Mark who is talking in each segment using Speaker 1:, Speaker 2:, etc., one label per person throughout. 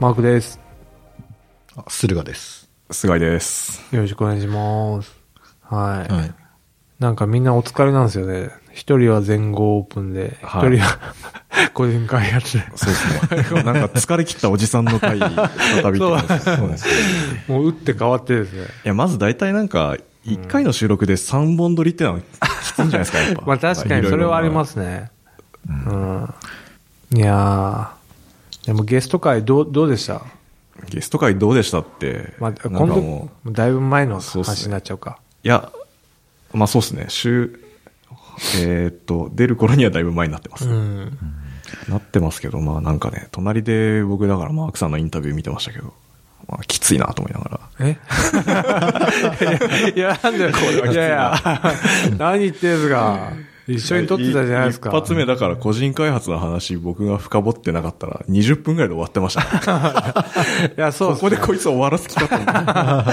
Speaker 1: マークです。
Speaker 2: あ駿河です。
Speaker 3: 菅井です。
Speaker 1: よろしくお願いします。はい。
Speaker 2: はい。
Speaker 1: なんかみんなお疲れなんですよね。一人は全豪オープンで、一
Speaker 3: はい
Speaker 1: 人は 個人会やって、
Speaker 3: そうですね。なん か疲れ切ったおじさんの会、再びって感じです。そうですね
Speaker 1: もう打って変わってですね。
Speaker 3: いや、まず大体なんか、1回の収録で3本撮りってのはきついんじゃないですか、やっぱ。。
Speaker 1: まあ確かにそれはありますすね。うん。いやー。でもゲスト会どう、どうでした
Speaker 3: ゲスト会どうでしたって。
Speaker 1: まあ、
Speaker 3: なんか
Speaker 1: 今度、
Speaker 3: もう
Speaker 1: だいぶ前の
Speaker 3: そうっすね
Speaker 1: 話になっちゃうか。
Speaker 3: いや、まあそうですね。週、えーっと、出る頃にはだいぶ前になってます。
Speaker 1: うん。
Speaker 3: なってますけど、まあなんかね、隣で僕だからマークさんのインタビュー見てましたけど、まあきついなと思いながら。
Speaker 1: え いや、なんで、いやいや、何言ってんすか。一緒に撮ってたじゃないですか。
Speaker 3: 一発目だから個人開発の話僕が深掘ってなかったら20分ぐらいで終わってました、ね。
Speaker 1: いや、 そう
Speaker 3: こ
Speaker 1: っす
Speaker 3: こでこいつ終わらす気かと思 った。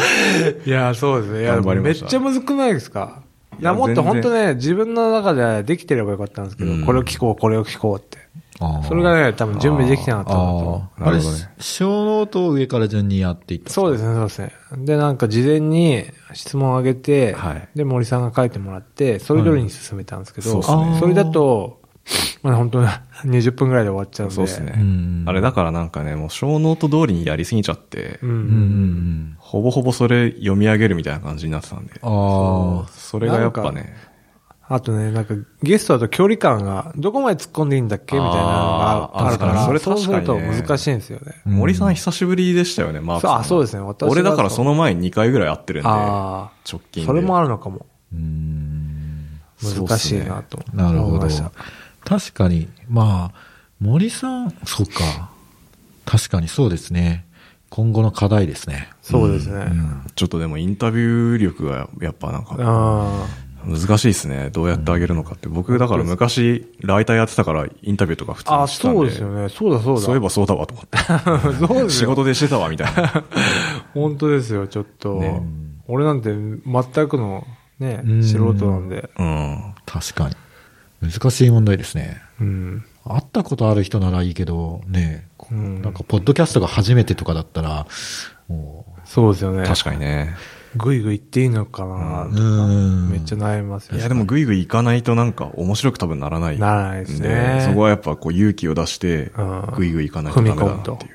Speaker 1: いや、そうですね。いや、
Speaker 3: 頑張り
Speaker 1: め
Speaker 3: ま
Speaker 1: っ
Speaker 3: した
Speaker 1: ちゃむずくないですかい
Speaker 3: い
Speaker 1: や、
Speaker 3: や
Speaker 1: もっ
Speaker 3: 全
Speaker 1: と
Speaker 3: 然
Speaker 1: 本当ね、自分の中でできてればよかったんですけど、
Speaker 3: うん
Speaker 1: これを聞こう、これを聞こうって。
Speaker 2: あ
Speaker 1: それがね、多分準備できてなかったなと。
Speaker 2: あーあれ、
Speaker 3: なるほどね
Speaker 2: 小ノートを上から順にやっていった。
Speaker 1: そうですね、そうですね。で、なんか事前に質問をあげて、
Speaker 3: はい
Speaker 1: で、森さんが書いてもらって、それぞれに進めたんですけど、
Speaker 3: はいそうっす
Speaker 2: ね
Speaker 1: それだと、まあ本当に 20分ぐらいで終わっちゃうんで。
Speaker 3: そうですね。
Speaker 2: うん
Speaker 3: あれだからなんかね、もう小ノート通りにやりすぎちゃって、
Speaker 1: うん。
Speaker 2: うんうんうん。
Speaker 3: ほぼほぼそれ読み上げるみたいな感じになってたんで。
Speaker 2: あ
Speaker 3: それがやっぱね、
Speaker 1: あとね、なんかゲストだと距離感が、どこまで突っ込んでいいんだっけみたいなのがあるから、
Speaker 3: あー
Speaker 1: そ
Speaker 3: あ
Speaker 1: れ
Speaker 3: るから
Speaker 1: そうす
Speaker 3: それ
Speaker 1: る
Speaker 3: 確か
Speaker 1: と
Speaker 3: にね
Speaker 1: 難しいんですよね。
Speaker 2: うん
Speaker 3: 森さん久しぶりでしたよね、マーク
Speaker 1: そう
Speaker 3: さん。
Speaker 1: あ、そうですね。私は
Speaker 3: 俺だからその前に2回ぐらい会ってるんで、直
Speaker 1: あ
Speaker 3: 近
Speaker 1: あ、
Speaker 3: で。
Speaker 1: それもあるのかも。
Speaker 2: ーうん。
Speaker 1: 難しいなと
Speaker 2: なる
Speaker 1: 思
Speaker 2: ほ
Speaker 1: い
Speaker 2: ど
Speaker 1: ました。。
Speaker 2: 確かに、まあ、森さん、そっか。確かにそうですね。今後の課題ですね。
Speaker 1: そうですね。
Speaker 3: ちょっとでもインタビュー力がやっぱなんか、
Speaker 1: あ
Speaker 3: 難しいですね。どうやってあげるのかって。僕、だから昔、ライターやってたから、インタビューとか普通
Speaker 1: あ、
Speaker 3: にしたんで。
Speaker 1: そうですよね。そうだそうだ。
Speaker 3: そういえばそうだわと思って。
Speaker 1: そうです
Speaker 3: 仕
Speaker 1: よ。
Speaker 3: 事でしてたわ、みたい な。
Speaker 1: 本当ですよ、ちょっと
Speaker 3: ね。
Speaker 1: 俺なんて全くのね
Speaker 2: う、ん
Speaker 1: 素人なんで。
Speaker 3: うん。
Speaker 2: 確かに。難しい問題ですね。
Speaker 1: うん。
Speaker 2: 会ったことある人ならいいけど、ね、
Speaker 1: うん
Speaker 2: なんか、ポッドキャストが初めてとかだったら、も
Speaker 1: そうですよね。
Speaker 3: 確かにね。
Speaker 1: ぐいぐい行っていいのかな
Speaker 2: う、うーん。
Speaker 1: めっちゃ悩みますよ。
Speaker 3: いや、でも、ぐいぐい行かないとなんか、面白く多分ならない。
Speaker 1: ならないですね
Speaker 3: そこはやっぱ、こう、勇気を出して
Speaker 1: うん、
Speaker 3: ぐいぐい行かないとダメだな
Speaker 1: 踏
Speaker 3: っ
Speaker 1: み
Speaker 3: て
Speaker 1: 込
Speaker 3: い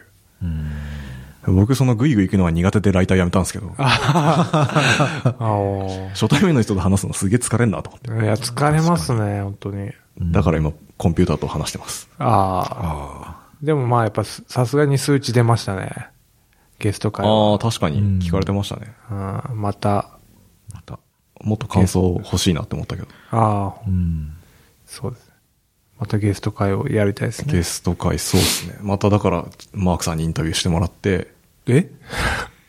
Speaker 3: う。僕、そのぐいぐい行くのは苦手でライターやめたんですけど、
Speaker 1: あー
Speaker 3: 初対面の人と話すのすげえ疲れんなと思って。
Speaker 1: いや、疲れますね、本当に。
Speaker 3: だから今、コンピューターと話してます。
Speaker 1: ああ。
Speaker 3: あ
Speaker 1: でもまあ、やっぱす、さすがに数値出ましたね。ゲスト
Speaker 3: あ
Speaker 1: 会は。
Speaker 3: ー、確かに聞かれてましたね。
Speaker 1: あまた、
Speaker 3: また、もっと感想欲しいなって思ったけど。
Speaker 1: ああ
Speaker 2: う、ん。
Speaker 1: そうですね。またゲスト会をやりたいですね。
Speaker 3: ゲスト会、そうですね。まただから、マークさんにインタビューしてもらって、
Speaker 1: え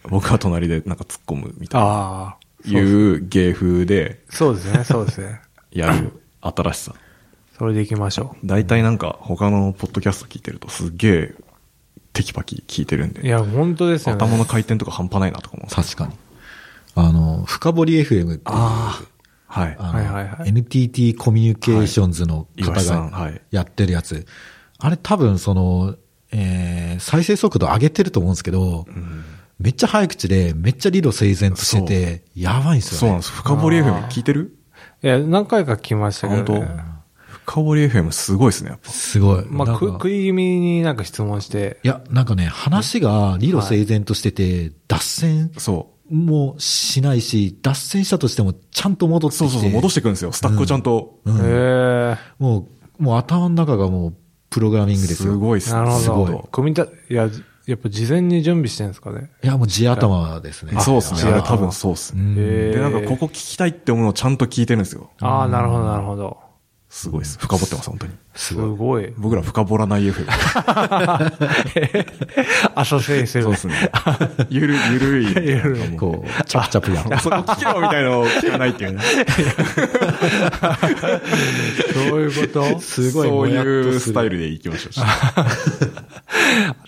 Speaker 3: 僕は隣でなんか突っ込むみたいな、
Speaker 1: ああ、
Speaker 3: いう芸風で
Speaker 1: そうですね、そうですね。
Speaker 3: やる新しさ。
Speaker 1: それで行きましょ
Speaker 3: 大体なんか他のポッドキャスト聞いてるとすっげえテキパキ聞いてるん
Speaker 1: う。い
Speaker 3: で、
Speaker 1: や、本当ですよね。
Speaker 3: 頭の回転とか半端ないなとか思うんですよ
Speaker 2: 確かに。あの、深掘り FM っていう、あ
Speaker 3: はい。
Speaker 2: の、
Speaker 1: はいはいはい
Speaker 2: NTT コミュニケーションズの
Speaker 3: はい岩
Speaker 2: 方
Speaker 3: 井さん
Speaker 2: が
Speaker 3: はい
Speaker 2: やってるやつ。あれ多分その、えー再生速度上げてると思うんですけど、めっちゃ早口で、めっちゃ理路整然としてて、やばいんですよね。
Speaker 3: そうなんです。深掘り FM 聞いてる
Speaker 1: いや、何回か来ましたけ
Speaker 3: 本
Speaker 1: ど、
Speaker 3: 当
Speaker 1: ね。
Speaker 3: 深掘り FM すごいですね、やっぱ。
Speaker 2: すごい。
Speaker 1: ま
Speaker 2: な
Speaker 1: あ、
Speaker 2: ん
Speaker 1: く
Speaker 2: か
Speaker 1: 食い気味になんか質問して、
Speaker 2: いや、なんかね、話が理路整然としてて、脱線
Speaker 3: そ
Speaker 2: もしないし、脱線したとしてもちゃんと戻っ
Speaker 3: う。
Speaker 2: て
Speaker 3: そ
Speaker 2: きて。
Speaker 3: うそうそう、戻してくるんですよ。スタックをちゃんと。
Speaker 1: へえ、
Speaker 2: もう、もう頭の中がもう、プログラミングです
Speaker 3: す
Speaker 2: よ。
Speaker 3: ごいですね。
Speaker 1: なる
Speaker 2: す
Speaker 1: ほ
Speaker 2: ご
Speaker 1: ど
Speaker 2: い。
Speaker 1: 組み立て、いや、やっぱ事前に準備してるんですかね。
Speaker 2: いや、もう地頭ですね。
Speaker 3: そうです
Speaker 1: あ
Speaker 3: ね。あ
Speaker 1: 違
Speaker 3: れ
Speaker 1: う
Speaker 3: 多分そうですね。
Speaker 1: へえ
Speaker 3: で、なんかここ聞きたいって思うのをちゃんと聞いてるんですよ。
Speaker 1: ああ、なるほど、なるほど。
Speaker 3: すごいです。深掘ってます、本当に。
Speaker 1: すごい。
Speaker 3: 僕ら深掘らない F。
Speaker 1: 朝生してる。
Speaker 3: そうですね。ゆる、ゆるい。ゆるい
Speaker 2: こう、チャプチャプやる。
Speaker 3: そこ聞けろみたいのを聞かないっていうね。
Speaker 1: そういうこと
Speaker 2: すごい
Speaker 3: そう
Speaker 2: もやっとす
Speaker 3: い
Speaker 2: る
Speaker 3: うスタイルでいきましょう。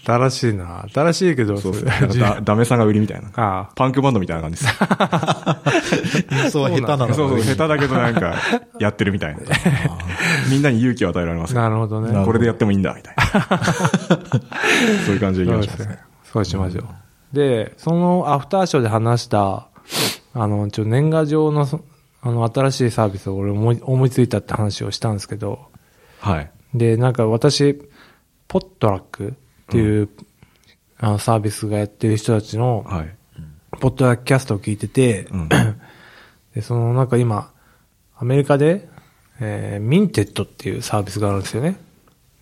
Speaker 1: 新しいな。新しいけど、
Speaker 3: そうです
Speaker 1: れ
Speaker 3: ね。だダメさが売りみたいな。
Speaker 1: ああ
Speaker 3: パンクバンドみたいな感じです。
Speaker 2: 演奏は下手なの
Speaker 3: そうそう、
Speaker 2: に
Speaker 3: 下手だけどなんか、やってるみた いな。みんなに勇気を与えられますよ
Speaker 1: なるほどね。
Speaker 3: これでやってもいいんだ、みたいな。そういう感じでいき
Speaker 1: そ
Speaker 3: ましょ
Speaker 1: うです
Speaker 3: う。
Speaker 1: ね。そうしましょう。で、そのアフターショーで話した、あの、ちょ、年賀状のそ、あの、新しいサービスを俺思い思いついたって話をしたんですけど、
Speaker 3: はい。
Speaker 1: で、なんか私、ポットラックっていう、あのサービスがやってる人たちの、
Speaker 3: はい。
Speaker 1: ポットラックキャストを聞いてて、
Speaker 3: うん
Speaker 1: で、そのなんか今、アメリカで、えー、ミンテッドっていうサービスがあるんですよね。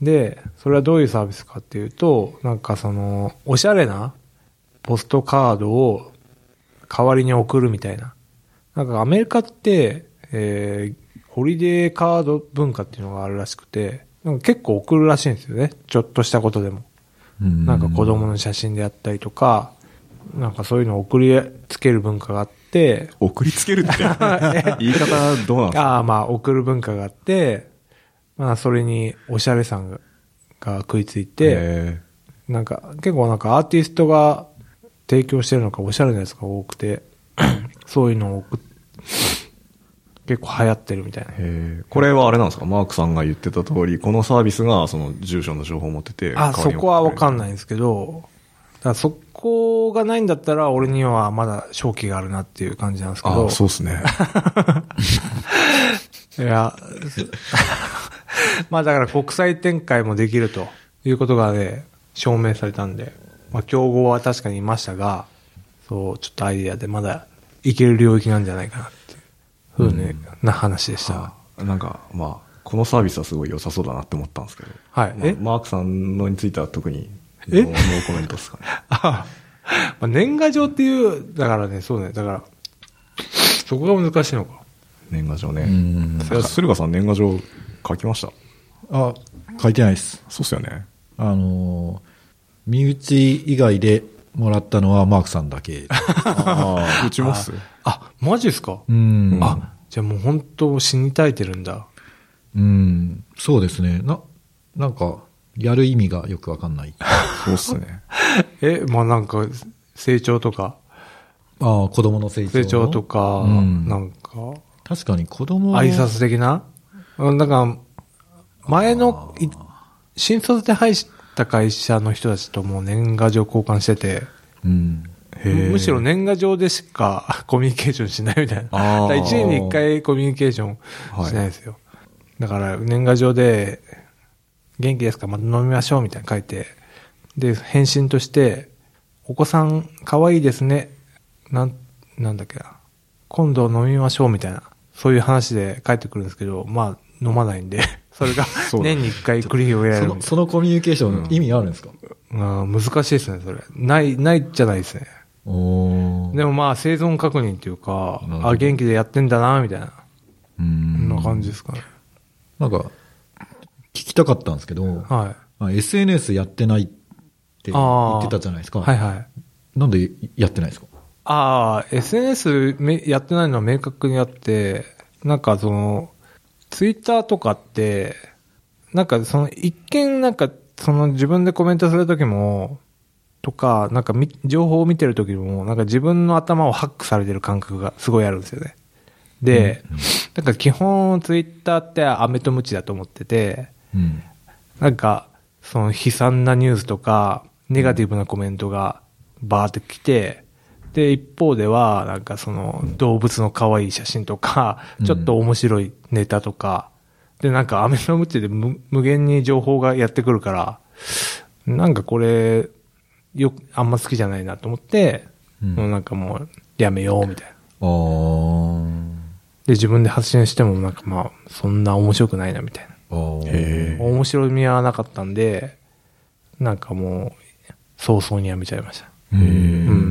Speaker 1: で、それはどういうサービスかっていうと、なんかその、おしゃれなポストカードを代わりに送るみたいな。なんかアメリカって、えー、ホリデーカード文化っていうのがあるらしくて、なんか結構送るらしいんですよね。ちょっとしたことでも。なんか子供の写真であったりとか、なんかそういうのを送りつける文化があって、
Speaker 3: 送りつける って。言い方どうなんですか
Speaker 1: ああ、まあ送る文化があって、まあそれにおしゃれさんがが食いついて、
Speaker 3: へ
Speaker 1: なんか結構なんかアーティストが提供してるのかおしゃれなやつが多 くて、そういうのを送っ結構流行ってるみたいな
Speaker 3: ー。へーこれはあれなんですかマークさんが言ってた通り、このサービスがその住所の情報を持ってて。
Speaker 1: あ、そこはわかん
Speaker 3: い。
Speaker 1: ないんですけど、だからそこがないんだったら俺にはまだ正気があるなっていう感じなんですけ
Speaker 3: あ
Speaker 1: ど。
Speaker 3: あ、そうですね。
Speaker 1: いや、まあだから国際展開もできるということがね、証明されたんで、まあ競合は確かにいましたが、そう、ちょっとアイディアでまだいける領域なんじゃないかなっていう、ふうね、な話でした。
Speaker 3: あなんか、まあ、このサービスはすごい良さそうだなって思ったんですけど。
Speaker 1: はい
Speaker 3: まあ
Speaker 1: え
Speaker 3: マークさんのについては特に、ノ
Speaker 1: え
Speaker 3: ーノーコメントですかね。
Speaker 1: あまあ年賀状っていう、だからね、そうね、だから、そこが難しいのか。
Speaker 3: 年賀状ね
Speaker 2: ん。
Speaker 3: いや駿河さん年賀状書きました
Speaker 2: あ、書いてないです。
Speaker 3: そうっすよね。
Speaker 2: あのー身内以外でもらったのはマークさんだ け。
Speaker 3: うちもっす。
Speaker 1: あ、マジですか、
Speaker 2: うん。
Speaker 1: あ、じゃあもう本当死に絶えてるんだ。
Speaker 2: うん。そうですね。な、なんか、やる意味がよくわかん ない。あ
Speaker 3: そうっすね。
Speaker 1: え、 まあなんか、成長とか。
Speaker 2: あ、子供の成長。
Speaker 1: 成長とか、
Speaker 2: うん
Speaker 1: なんか、
Speaker 2: 確かに子供
Speaker 1: 挨拶的なうんなんか、前のい、新卒で入った会社の人たちともう年賀状交換してて、
Speaker 2: うん。
Speaker 1: むしろ年賀状でしか コミュニケーションしないみたいな。
Speaker 3: あー
Speaker 1: だから一年に一回コミュニケーションしないですよ。だから年賀状で、元気ですかまた飲みましょうみたいな書いて、で、返信として、お子さん可愛いですね。なん、なんだっけな。今度飲みましょうみたいな。そういう話で帰ってくるんですけど、まあ、飲まないんで、 それが
Speaker 3: うだ
Speaker 1: 年に一回繰り広げられ
Speaker 2: そ
Speaker 1: る
Speaker 2: の、。そのコミュニケーション意味あるんですか、
Speaker 1: うん難しいですね、それ。ない、ないじゃないですね。
Speaker 2: おー
Speaker 1: でもまあ生存確認というか
Speaker 2: なる、ほど
Speaker 1: あ、元気でやってんだな、みたいな、こ
Speaker 2: うん
Speaker 1: んな感じですかね。
Speaker 2: なんか、聞きたかったんですけど、
Speaker 1: は
Speaker 2: あ SNS やってないって
Speaker 1: い。
Speaker 2: 言ってたじゃないですか。
Speaker 1: はいはい。
Speaker 2: なんでやってないんですか
Speaker 1: ああ、SNS めやってないのは明確にあって、なんかその、ツイッターとかって、なんかその一見なんかその自分でコメントするときも、とか、なんかみ情報を見てるときも、なんか自分の頭をハックされてる感覚がすごいあるんですよね。で、なんか基本ツイッターって飴とムチだと思ってて、
Speaker 2: うん。
Speaker 1: なんか、その悲惨なニュースとか、ネガティブなコメントがバーって来て、で、一方では、なんかその動物の可愛い写真とか、
Speaker 2: うん
Speaker 1: ちょっと面白いネタとか、で、なんかアメのムチで無無限に情報がやってくるから、なんかこれ、よく、あんま好きじゃないなと思って、
Speaker 2: うん
Speaker 1: もうなんかもう、やめよう、みたいな。
Speaker 2: あー
Speaker 1: で、自分で発信しても、なんかまあ、そんな面白くないな、みたいな。
Speaker 2: あー。
Speaker 3: へえ。
Speaker 1: 面白みはなかったんで、なんかもう、早々にやめちゃいました。う
Speaker 2: う
Speaker 1: ん。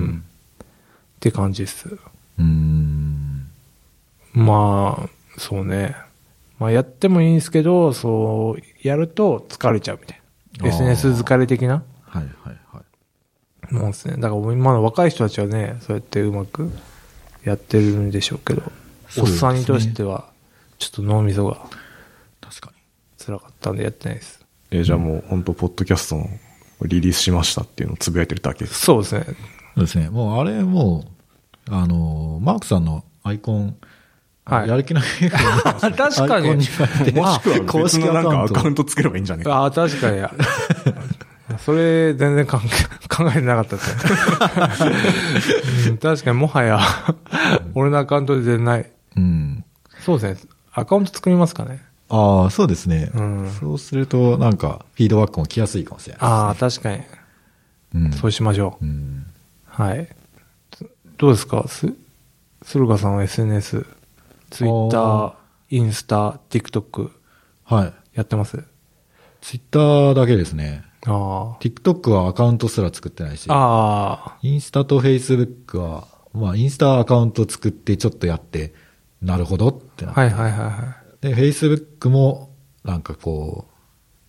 Speaker 2: ん。
Speaker 1: って感じです。
Speaker 2: うん。
Speaker 1: まあ、そうね。まあやってもいいんですけど、そう、やると疲れちゃうみたいな。
Speaker 2: あー
Speaker 1: SNS 疲れ的な
Speaker 2: はいはいはい。
Speaker 1: もんですね。だから今の若い人たちはね、そうやってうまくやってるんでしょうけど、
Speaker 2: そ
Speaker 1: お
Speaker 2: う
Speaker 1: っ
Speaker 2: ですね
Speaker 1: さんにとしては、ちょっと脳みそが
Speaker 2: 確かに。
Speaker 1: 辛かったんでやってないです。
Speaker 3: え、じゃあもう本当ポッドキャストのリリースしましたっていうのをつぶやいてるだけです。
Speaker 1: そうですね。
Speaker 2: そうですね。もうあれもう、あの、マークさんのアイコン、
Speaker 1: はい
Speaker 2: やる気ない。
Speaker 1: 確 か
Speaker 2: アイコン
Speaker 1: に
Speaker 2: に。変えて
Speaker 3: もしくは
Speaker 2: 公
Speaker 3: 別
Speaker 2: 式
Speaker 3: のな
Speaker 2: ア
Speaker 3: んか
Speaker 2: カウ
Speaker 3: ア
Speaker 2: ン
Speaker 3: カウ
Speaker 2: ト。
Speaker 3: ント作ればいいんじゃねえか。
Speaker 1: ああ、確かに。 それ、全然考え、 考えてなかったですね。うん確かに、もはや、俺のアカウントで全然ない。
Speaker 2: うん。
Speaker 1: そうですね。アカウント作りますかね。
Speaker 2: ああ、そうですね。
Speaker 1: うん
Speaker 2: そうすると、なんか、フィードバックも来やすいかもしれない。
Speaker 1: ああ、確かに。
Speaker 2: うん。
Speaker 1: そうしましょう。
Speaker 2: うん
Speaker 1: はい。どうですかす、駿河さんは SNS、Twitter
Speaker 2: あ、
Speaker 1: インスタ、TikTok
Speaker 2: はい。
Speaker 1: やってます
Speaker 2: ツイッターだけですね。
Speaker 1: あ
Speaker 2: TikTok はアカウントすら作ってないし
Speaker 1: あ。、あ
Speaker 2: インスタと Facebook は、まあ、インスタアカウント作ってちょっとやって、なるほどって
Speaker 1: あ。
Speaker 2: なって
Speaker 1: はいはいはいは
Speaker 2: で、Facebook も、なんかこ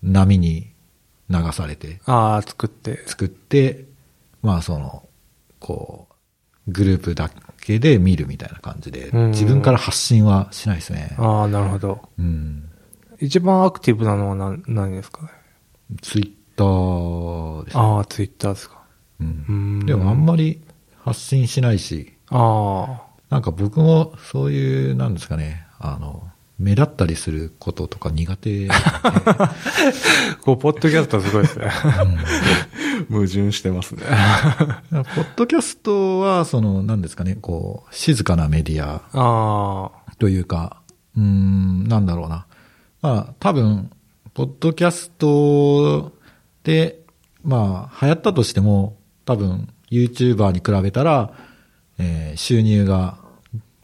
Speaker 2: う、波に流されて
Speaker 1: い。、ああ、作って。
Speaker 2: 作って、まあその、こう、グループだけで見るみたいな感じで、
Speaker 1: うん
Speaker 2: 自分から発信はしないですね。
Speaker 1: ああ、なるほど。
Speaker 2: うん。
Speaker 1: 一番アクティブなのは何何ですかね。
Speaker 2: Twitter ですね。
Speaker 1: ああ、ツイッターですか。
Speaker 2: う。
Speaker 1: うんん。
Speaker 2: でもあんまり発信しないし、
Speaker 1: あ
Speaker 2: なんか僕もそういう、なんですかね、あの、目立ったりすることとか苦 手なんで、
Speaker 1: あ。こう、ポッドキャストすごいです ね。
Speaker 3: 矛盾してますね。
Speaker 2: ポッドキャストは、その、なんですかね、こう、静かなメディア
Speaker 1: ああ。
Speaker 2: というか、うーん、なんだろうな。まあ、多分、ポッドキャストで、まあ、流行ったとしても、多分、YouTuber に比べたら、えー収入が、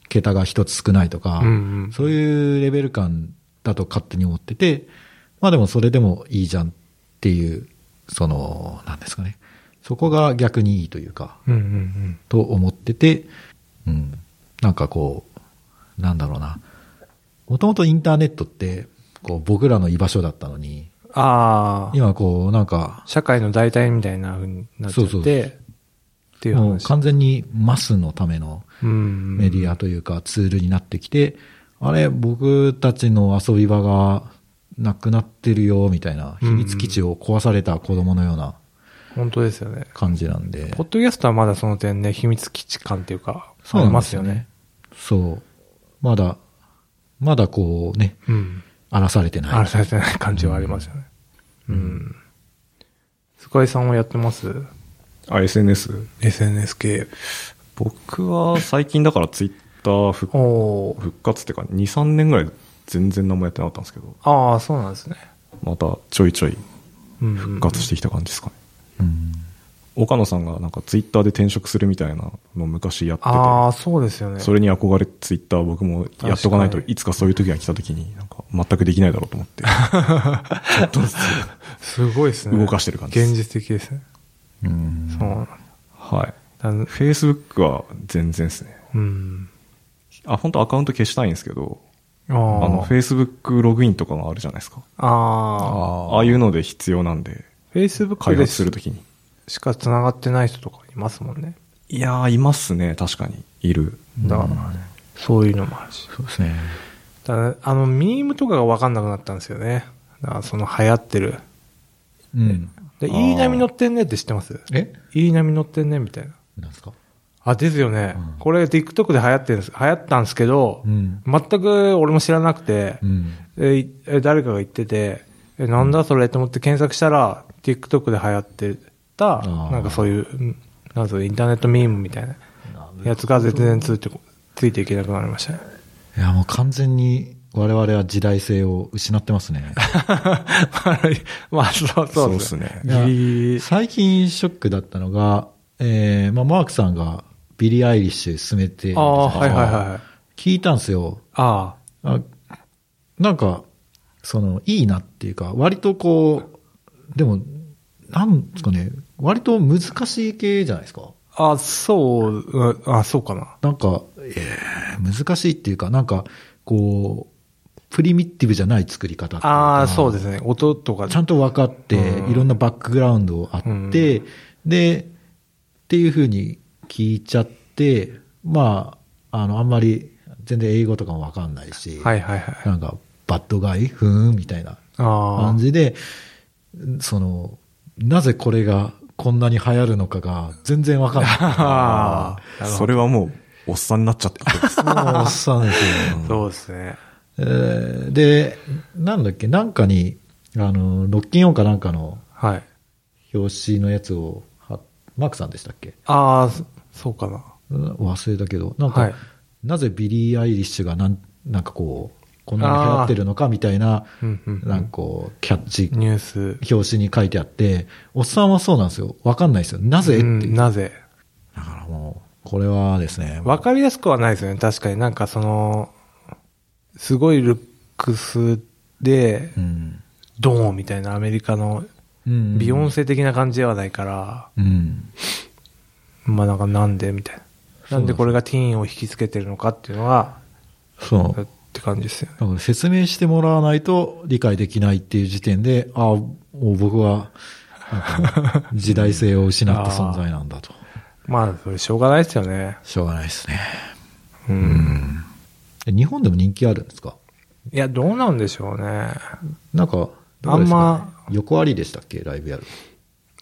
Speaker 2: 桁が一つ少ないとか、
Speaker 1: うんうん
Speaker 2: そういうレベル感だと勝手に思ってて、まあでもそれでもいいじゃんっていう、その、なんですかね。そこが逆にいいというか、
Speaker 1: うんうんうん。
Speaker 2: と思ってて、うん。なんかこう、なんだろうな。もともとインターネットって、こう僕らの居場所だったのに、
Speaker 1: ああ。
Speaker 2: 今こうなんか、
Speaker 1: 社会の代替みたいな風になっちゃって、
Speaker 2: そうそう
Speaker 1: っていう
Speaker 2: もう
Speaker 1: 話。
Speaker 2: 完全にマスのための
Speaker 1: うん。
Speaker 2: メディアというかツールになってきて、あれ、僕たちの遊び場がなくなってるよ、みたいな、秘密基地を壊された子供のような
Speaker 1: 本当ですよね。
Speaker 2: 感じなんで。
Speaker 1: ポッドキャストはまだその点ね、秘密基地感っていうか、
Speaker 2: そう
Speaker 1: あ
Speaker 2: な
Speaker 1: り
Speaker 2: んで
Speaker 1: ます
Speaker 2: す
Speaker 1: よ
Speaker 2: よ
Speaker 1: ね
Speaker 2: ね。。そう。まだ、まだこうね、
Speaker 1: うん。
Speaker 2: 荒らされてない。
Speaker 1: 荒らされてない感じはありますよね。うん。スカイさんはやってます
Speaker 3: あ、SNS?
Speaker 1: ?SNS 系。
Speaker 3: 僕は最近だからツイッター復
Speaker 1: おー
Speaker 3: 復活っていうか、2、3年ぐらい全然何もやってなかったんですけど、
Speaker 1: ああ、そうなんですね。
Speaker 3: またちょいちょい
Speaker 1: うん。
Speaker 3: 復活してきた感じですかね。
Speaker 2: うん
Speaker 3: 岡野さんがなんかツイッターで転職するみたいなの昔やってて、
Speaker 1: ああ、そうですよね。
Speaker 3: それに憧れてツイッター僕もやっとかないと
Speaker 1: 確かに
Speaker 3: いつかそういう時が来た時になんか全くできないだろうと思 って。ちょっとずつ
Speaker 1: すごいですね。
Speaker 3: 動かしてる感じです
Speaker 1: 現実的ですね。
Speaker 2: うん
Speaker 1: そうなん
Speaker 3: はい。
Speaker 1: だ。だ
Speaker 3: Facebook は全然ですね。
Speaker 1: うん。
Speaker 3: あ、本当アカウント消したいんですけど、
Speaker 1: あ
Speaker 3: あの、
Speaker 1: ー
Speaker 3: Facebook ログインとかがあるじゃないですか。
Speaker 1: ああ。
Speaker 3: ああいうので必要なんで、
Speaker 1: Facebook
Speaker 3: 開
Speaker 1: で
Speaker 3: 発すると
Speaker 1: し
Speaker 3: きに。
Speaker 1: か繋がってない人とかいますもんね。
Speaker 3: いやー、いますね、確かに。いる。
Speaker 1: だから、そういうのもあるし。
Speaker 2: そうですね。
Speaker 1: ただあの、ミームとかがわかんなくなったんですよね。だからその流行ってる。
Speaker 2: うん。
Speaker 1: で、
Speaker 3: あー
Speaker 1: いい波乗ってんねって知ってます
Speaker 2: え
Speaker 1: いい波乗ってんねみたいな。
Speaker 2: なんですか
Speaker 1: あ、ですよね。
Speaker 2: うん
Speaker 1: これ TikTok で流行ってるんです、流行ったんですけど、
Speaker 2: うん
Speaker 1: 全く俺も知らなくて、
Speaker 2: うん。
Speaker 1: えいえ誰かが言ってて、え、なんだそれと思って検索したら、TikTok で流行ってた、
Speaker 2: ー
Speaker 1: なんかそういう、うんなんぞインターネットミームみたいなやつが全然ついてこ、ついていけなくなりま したね。
Speaker 2: いや、もう完全に我々は時代性を失ってますね。
Speaker 1: まあ、そう、そうですね。
Speaker 2: そうっすね
Speaker 1: ギリギリ
Speaker 2: 最近ショックだったのが、えー、まあ、マークさんがビリー・アイリッシュ進めてる。
Speaker 1: ああ、はいはいはいい。
Speaker 2: 聞いたんですよ。
Speaker 1: あ
Speaker 2: あなんか、その、いいなっていうか、割とこう、でも、なんですかね、割と難しい系じゃないですか。
Speaker 1: あ、あそう、うんあ、そうかな。
Speaker 2: なんか、えー難しいっていうか、なんか、こう、プリミティブじゃない作り方っていうか
Speaker 1: ああ、そうですね。音とか。
Speaker 2: ちゃんと分かって、
Speaker 1: うん
Speaker 2: いろんなバックグラウンドあって、
Speaker 1: うん
Speaker 2: で、っていうふうに聞いちゃって、まあ、あの、あんまり全然英語とかも分かんないし、
Speaker 1: はいはいはい。
Speaker 2: なんか、バッドガイふーん、みたいな
Speaker 1: あ
Speaker 2: 感じで、その、なぜこれがこんなに流行るのかが全然わかんな
Speaker 1: ああ、
Speaker 3: それはもう、おっさんになっちゃってる
Speaker 2: い。もう おっさんですよ。
Speaker 1: そうですね。
Speaker 2: えーで、なんだっけ、なんかに、あの、ロッキンオンかなんかの
Speaker 1: はい。
Speaker 2: 表紙のやつをは、マークさんでしたっけ
Speaker 1: ああ、そそうかな。
Speaker 2: うん忘れたけど、なんか、
Speaker 1: はい
Speaker 2: なぜビリー・アイリッシュがなん、なんかこう、こんなに流行ってるのかみたいな、
Speaker 1: うんうんうん
Speaker 2: なんかこう、キャッチ、
Speaker 1: ニュース。
Speaker 2: 表紙に書いてあって、おっさんはそうなんですよ。わかんないですよ。なぜって
Speaker 1: うん
Speaker 2: いう。だ
Speaker 1: なぜ
Speaker 2: からもう、これはですね、
Speaker 1: わかりやすくはないですよね。確かになんかその、すごいルックスで、
Speaker 2: うん。
Speaker 1: ドーンみたいなアメリカの
Speaker 2: うん
Speaker 1: ビヨンセ的な感じではないから、
Speaker 2: うん。
Speaker 1: まあなんかなんでみたいな。なんでこれがティーンを引きつけてるのかっていうのは、
Speaker 2: そう
Speaker 1: っ。て感じですよね。
Speaker 2: だから説明してもらわないと理解できないっていう時点で、ああ、もう僕は、なんか時代性を失った存在なんだと。
Speaker 1: まあ、それしょうがないですよね。
Speaker 2: しょうがないですね。
Speaker 1: うん。
Speaker 2: え日本でも人気あるんですか
Speaker 1: いや、どうなんでしょうね。
Speaker 2: なんか、ど
Speaker 1: あ
Speaker 2: うですかね
Speaker 1: んま、
Speaker 2: 横ありでしたっけライブやる。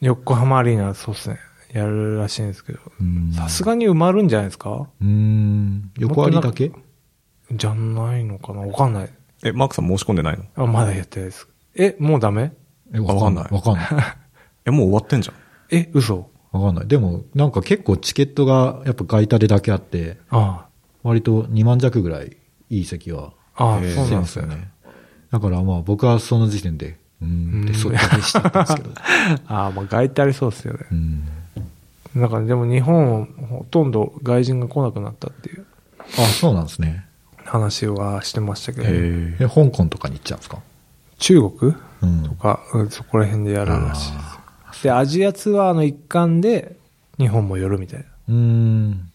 Speaker 1: 横浜アリーナ、そうですね。やるらしいんですけど。
Speaker 2: うん
Speaker 1: さすがに埋まるんじゃないですか
Speaker 2: うん。横ありだけ
Speaker 1: じゃないのかなわかんない。
Speaker 3: え、マークさん申し込んでないの
Speaker 1: あ、まだやってないです。え、もうダメ
Speaker 2: え、
Speaker 3: わかんない
Speaker 2: わかんない。
Speaker 3: え、もう終わってんじゃん。
Speaker 1: え、嘘
Speaker 2: わかんない。でも、なんか結構チケットがやっぱ外タレだけあって、
Speaker 1: あ
Speaker 2: 割と2万弱ぐらいいい席は
Speaker 1: あ。ああ、
Speaker 3: えー
Speaker 1: そうなんで
Speaker 2: ですす
Speaker 1: よ
Speaker 2: よ
Speaker 1: ね。
Speaker 2: ね。だからまあ僕はその時点で、う、
Speaker 1: うんん
Speaker 2: で、そっちでしたんですけど。
Speaker 1: ああ、まあ外ってありそうですよね。
Speaker 2: うん。
Speaker 1: だからでも日本、ほとんど外人が来なくなったっていう
Speaker 2: あ、そうなんですね。
Speaker 1: 話はしてましたけど、
Speaker 3: へ
Speaker 2: え、香港とかに行っちゃうんですか
Speaker 1: 中国
Speaker 2: うん。
Speaker 1: とか、うんそこら辺でやるらしいです。で、アジアツアーの一環で、日本も寄るみたいな。だか
Speaker 2: うーん。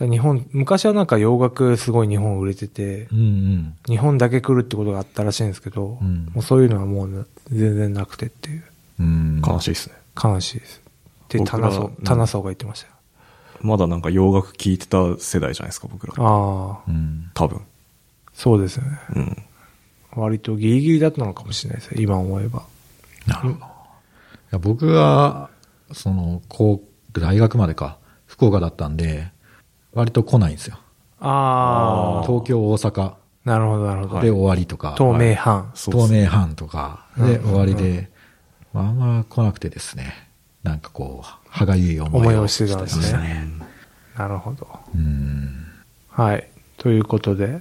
Speaker 1: ら日本、昔はなんか洋楽すごい日本売れてて
Speaker 2: うんう、ん。
Speaker 1: 日本だけ来るってことがあったらしいんですけど、
Speaker 2: うん
Speaker 1: もうそういうのはもうな全然なくてっていう、
Speaker 2: うん。
Speaker 3: 悲しいですね。
Speaker 1: 悲しいです。って、
Speaker 3: 僕
Speaker 1: 田
Speaker 3: ら
Speaker 1: 中
Speaker 3: うん
Speaker 1: 田中が言ってましたよ。
Speaker 3: まだなんか洋楽聴いてた世代じゃないですか、僕ら。
Speaker 1: ああ、
Speaker 2: うん。
Speaker 3: 多分。
Speaker 1: そうですよね。
Speaker 3: うん。
Speaker 1: 割とギリギリだったのかもしれないですよ、今思えば。
Speaker 2: なるほど。いや僕は、その、高、大学までか、福岡だったんで、割と来ないんですよ。
Speaker 1: ああ、
Speaker 2: 東京、大阪
Speaker 1: なるほど、なるほ
Speaker 2: で
Speaker 1: ど。
Speaker 2: 終わりとか。
Speaker 1: 透明版。
Speaker 3: そうっ
Speaker 2: 透
Speaker 3: すね。
Speaker 2: 明版とかで終わりで、まああんま来なくてですね、なんかこう、歯がゆい思
Speaker 1: 思
Speaker 2: い
Speaker 1: い
Speaker 2: を
Speaker 1: を
Speaker 2: し
Speaker 1: してて
Speaker 2: た
Speaker 1: たん
Speaker 2: で
Speaker 1: ですす
Speaker 2: ね。
Speaker 1: ね。なるほど。
Speaker 2: うん
Speaker 1: はい。ということで、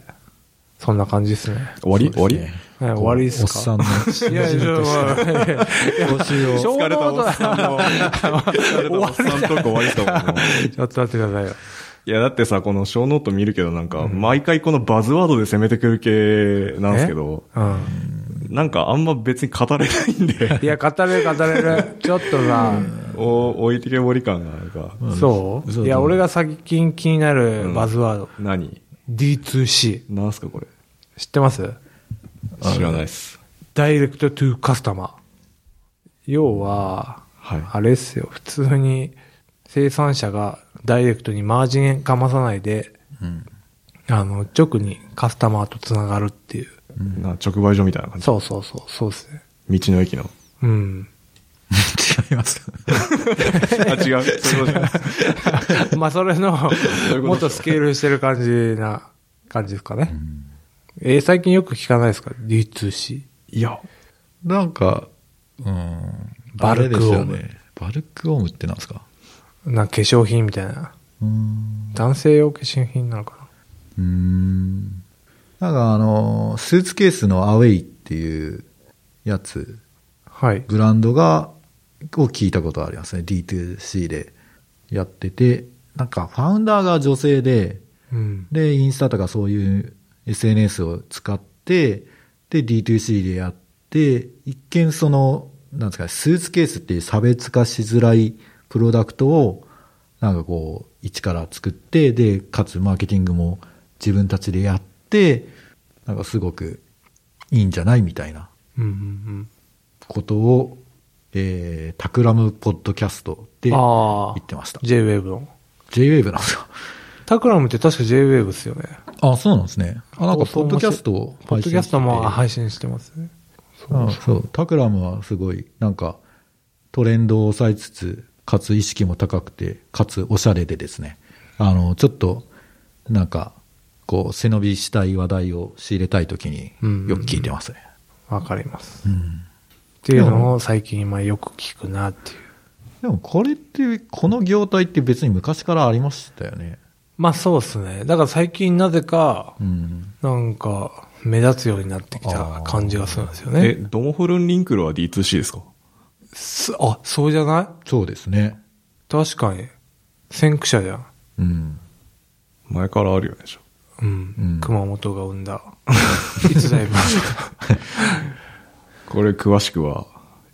Speaker 1: そんな感じですね。
Speaker 3: 終わり終わり
Speaker 2: そうですね
Speaker 1: はい終わりですか
Speaker 2: おっさんの し
Speaker 1: いや いや、ちょっと待って
Speaker 2: を。
Speaker 1: 小ノートだ
Speaker 3: の、疲れたおっさんとこ終わりだもんもう。
Speaker 1: ちょっと待ってくださいよ。
Speaker 3: いや、だってさ、この小ノート見るけどなんか、毎回このバズワードで攻めてくる系なんですけど、
Speaker 1: うん。
Speaker 3: なんかあんま別に語れないん
Speaker 1: い
Speaker 3: で、
Speaker 1: や、語れる語 れる。ちょっとさ、
Speaker 3: お置いてけぼり感がなんか、
Speaker 1: そう
Speaker 2: そう
Speaker 1: いや、俺が最近気になるバズワード。
Speaker 3: 何
Speaker 1: D2C。
Speaker 3: なんすかこれ。
Speaker 1: 知ってます
Speaker 3: 知らないっす。
Speaker 1: ダイレクトトゥカスタマー。要は、
Speaker 3: はい
Speaker 1: あれっすよ。普通に生産者がダイレクトにマージンかまさないで、
Speaker 2: うん
Speaker 1: あの、直にカスタマーとつながるっていう。
Speaker 3: な直売所みたいな感じ。
Speaker 1: そうそうそう、そうですね。
Speaker 3: 道の駅 の。
Speaker 1: うん。
Speaker 2: 違いますか
Speaker 3: あ、違う。そういうことじゃない
Speaker 1: まあ、それ
Speaker 3: う
Speaker 1: の
Speaker 3: いうことでしょ、う
Speaker 1: もっとスケールしてる感じな感じですかね。えー最近よく聞かないですか ?D2C。
Speaker 3: いや、
Speaker 2: なんか、うん。
Speaker 1: バルクオム
Speaker 2: あれですよね。バルクオムってなんですか
Speaker 1: なんか化粧品みたいな。
Speaker 2: うん。
Speaker 1: 男性用化粧品なのか
Speaker 2: うん。なんかあの、スーツケースのアウェイっていうやつ、
Speaker 1: なはい。
Speaker 2: ブランドが、を聞いたことありますね。D2C でやってて、なんかファウンダーが女性で、
Speaker 1: うん。
Speaker 2: で、インスタとかそういう SNS を使って、で、D2C でやって、一見その、なんですか、スーツケースっていう差別化しづらいプロダクトを、なんかこう、一から作って、で、かつマーケティングも自分たちでやって、なんかすごくいいんじゃないみたいな
Speaker 1: うんうんうん。
Speaker 2: ことを、えー、タクラムポッドキャストで言
Speaker 1: ああ
Speaker 2: ってました。
Speaker 1: J-Wave の。
Speaker 2: J-Wave なんですよ。
Speaker 1: タクラムって確か J-Wave ですよね。
Speaker 2: あ、そうなんですね。あ、なんかポッドキャストを
Speaker 1: ポッ
Speaker 2: 配信
Speaker 1: ド
Speaker 2: し
Speaker 1: キ
Speaker 2: てて
Speaker 1: ャストも配信してますね。
Speaker 2: あそう。タクラムはすごい、なんか、トレンドを抑えつつ、かつ意識も高くて、かつおしゃれでですね、あの、ちょっと、なんか、こう、背伸びしたい話題を仕入れたいときに
Speaker 1: うんうんうん
Speaker 2: よく聞いてますね。
Speaker 1: わかります。
Speaker 2: う
Speaker 1: っ
Speaker 2: ん
Speaker 1: ていうのを最近今よく聞くなっていう。
Speaker 2: でもこれって、この業態って別に昔からありましたよね。
Speaker 1: まあそうですね。だから最近なぜか
Speaker 2: う、ん。
Speaker 1: なんか、目立つようになってきた感じがするんですよ
Speaker 3: え、
Speaker 1: ね。
Speaker 3: ドモホルンリンクルは D2C ですか
Speaker 1: すあ、そうじゃない
Speaker 2: そうですね。
Speaker 1: 確かに。先駆者じゃん。
Speaker 2: うん。
Speaker 3: 前からあるよね、じゃあ
Speaker 1: うん。
Speaker 2: うん
Speaker 1: 熊本が生んだ。 逸材も。
Speaker 3: これ詳しくは、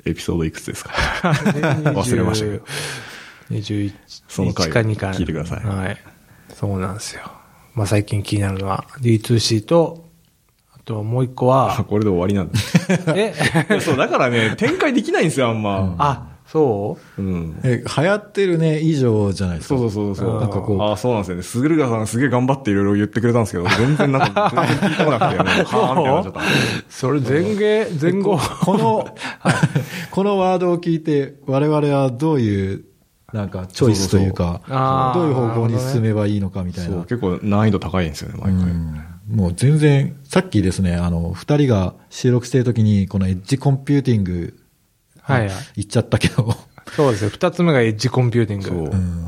Speaker 3: エピソードいくつ ですか
Speaker 1: 忘
Speaker 3: 忘れましたけど。
Speaker 1: 21
Speaker 3: その回
Speaker 1: か2回。
Speaker 3: 聞いてください
Speaker 1: はい。そうなんですよ。まあ最近気になるのは D2C と、あともう一個
Speaker 3: あ、
Speaker 1: は、
Speaker 3: これで終わりなんです。
Speaker 1: え
Speaker 3: い やそう、だからね、展開できないんですよ、あんま。
Speaker 1: あ、そう
Speaker 3: うん。
Speaker 2: え、流行ってるね、以上じゃないです
Speaker 3: そ
Speaker 2: か。
Speaker 3: うそうそうそう。
Speaker 2: なんかこう
Speaker 3: あ、そうなんですよね。すぐるがさんすげえ頑張っていろいろ言ってくれたんですけど、全然なんか、全然聞いてこなくて、ね、はぁ、みたいになっちゃった。
Speaker 1: それ前 芸、前後。
Speaker 2: この、 このワードを聞いて、我々はどういう、なんか、チョイスというか、
Speaker 1: そうそうそうあー
Speaker 2: どういう方向に進めばいいのかみたい
Speaker 3: そう、
Speaker 2: な。
Speaker 3: 結構難易度高いんですよね、毎回。
Speaker 2: うんもう全然、さっきですね、あの、二人が収録してるときに、このエッジコンピューティング、
Speaker 1: はいはい。
Speaker 2: 言っちゃったけ ど、
Speaker 1: そうですよ。二つ目がエッジコンピューティング。
Speaker 3: そう。
Speaker 2: うん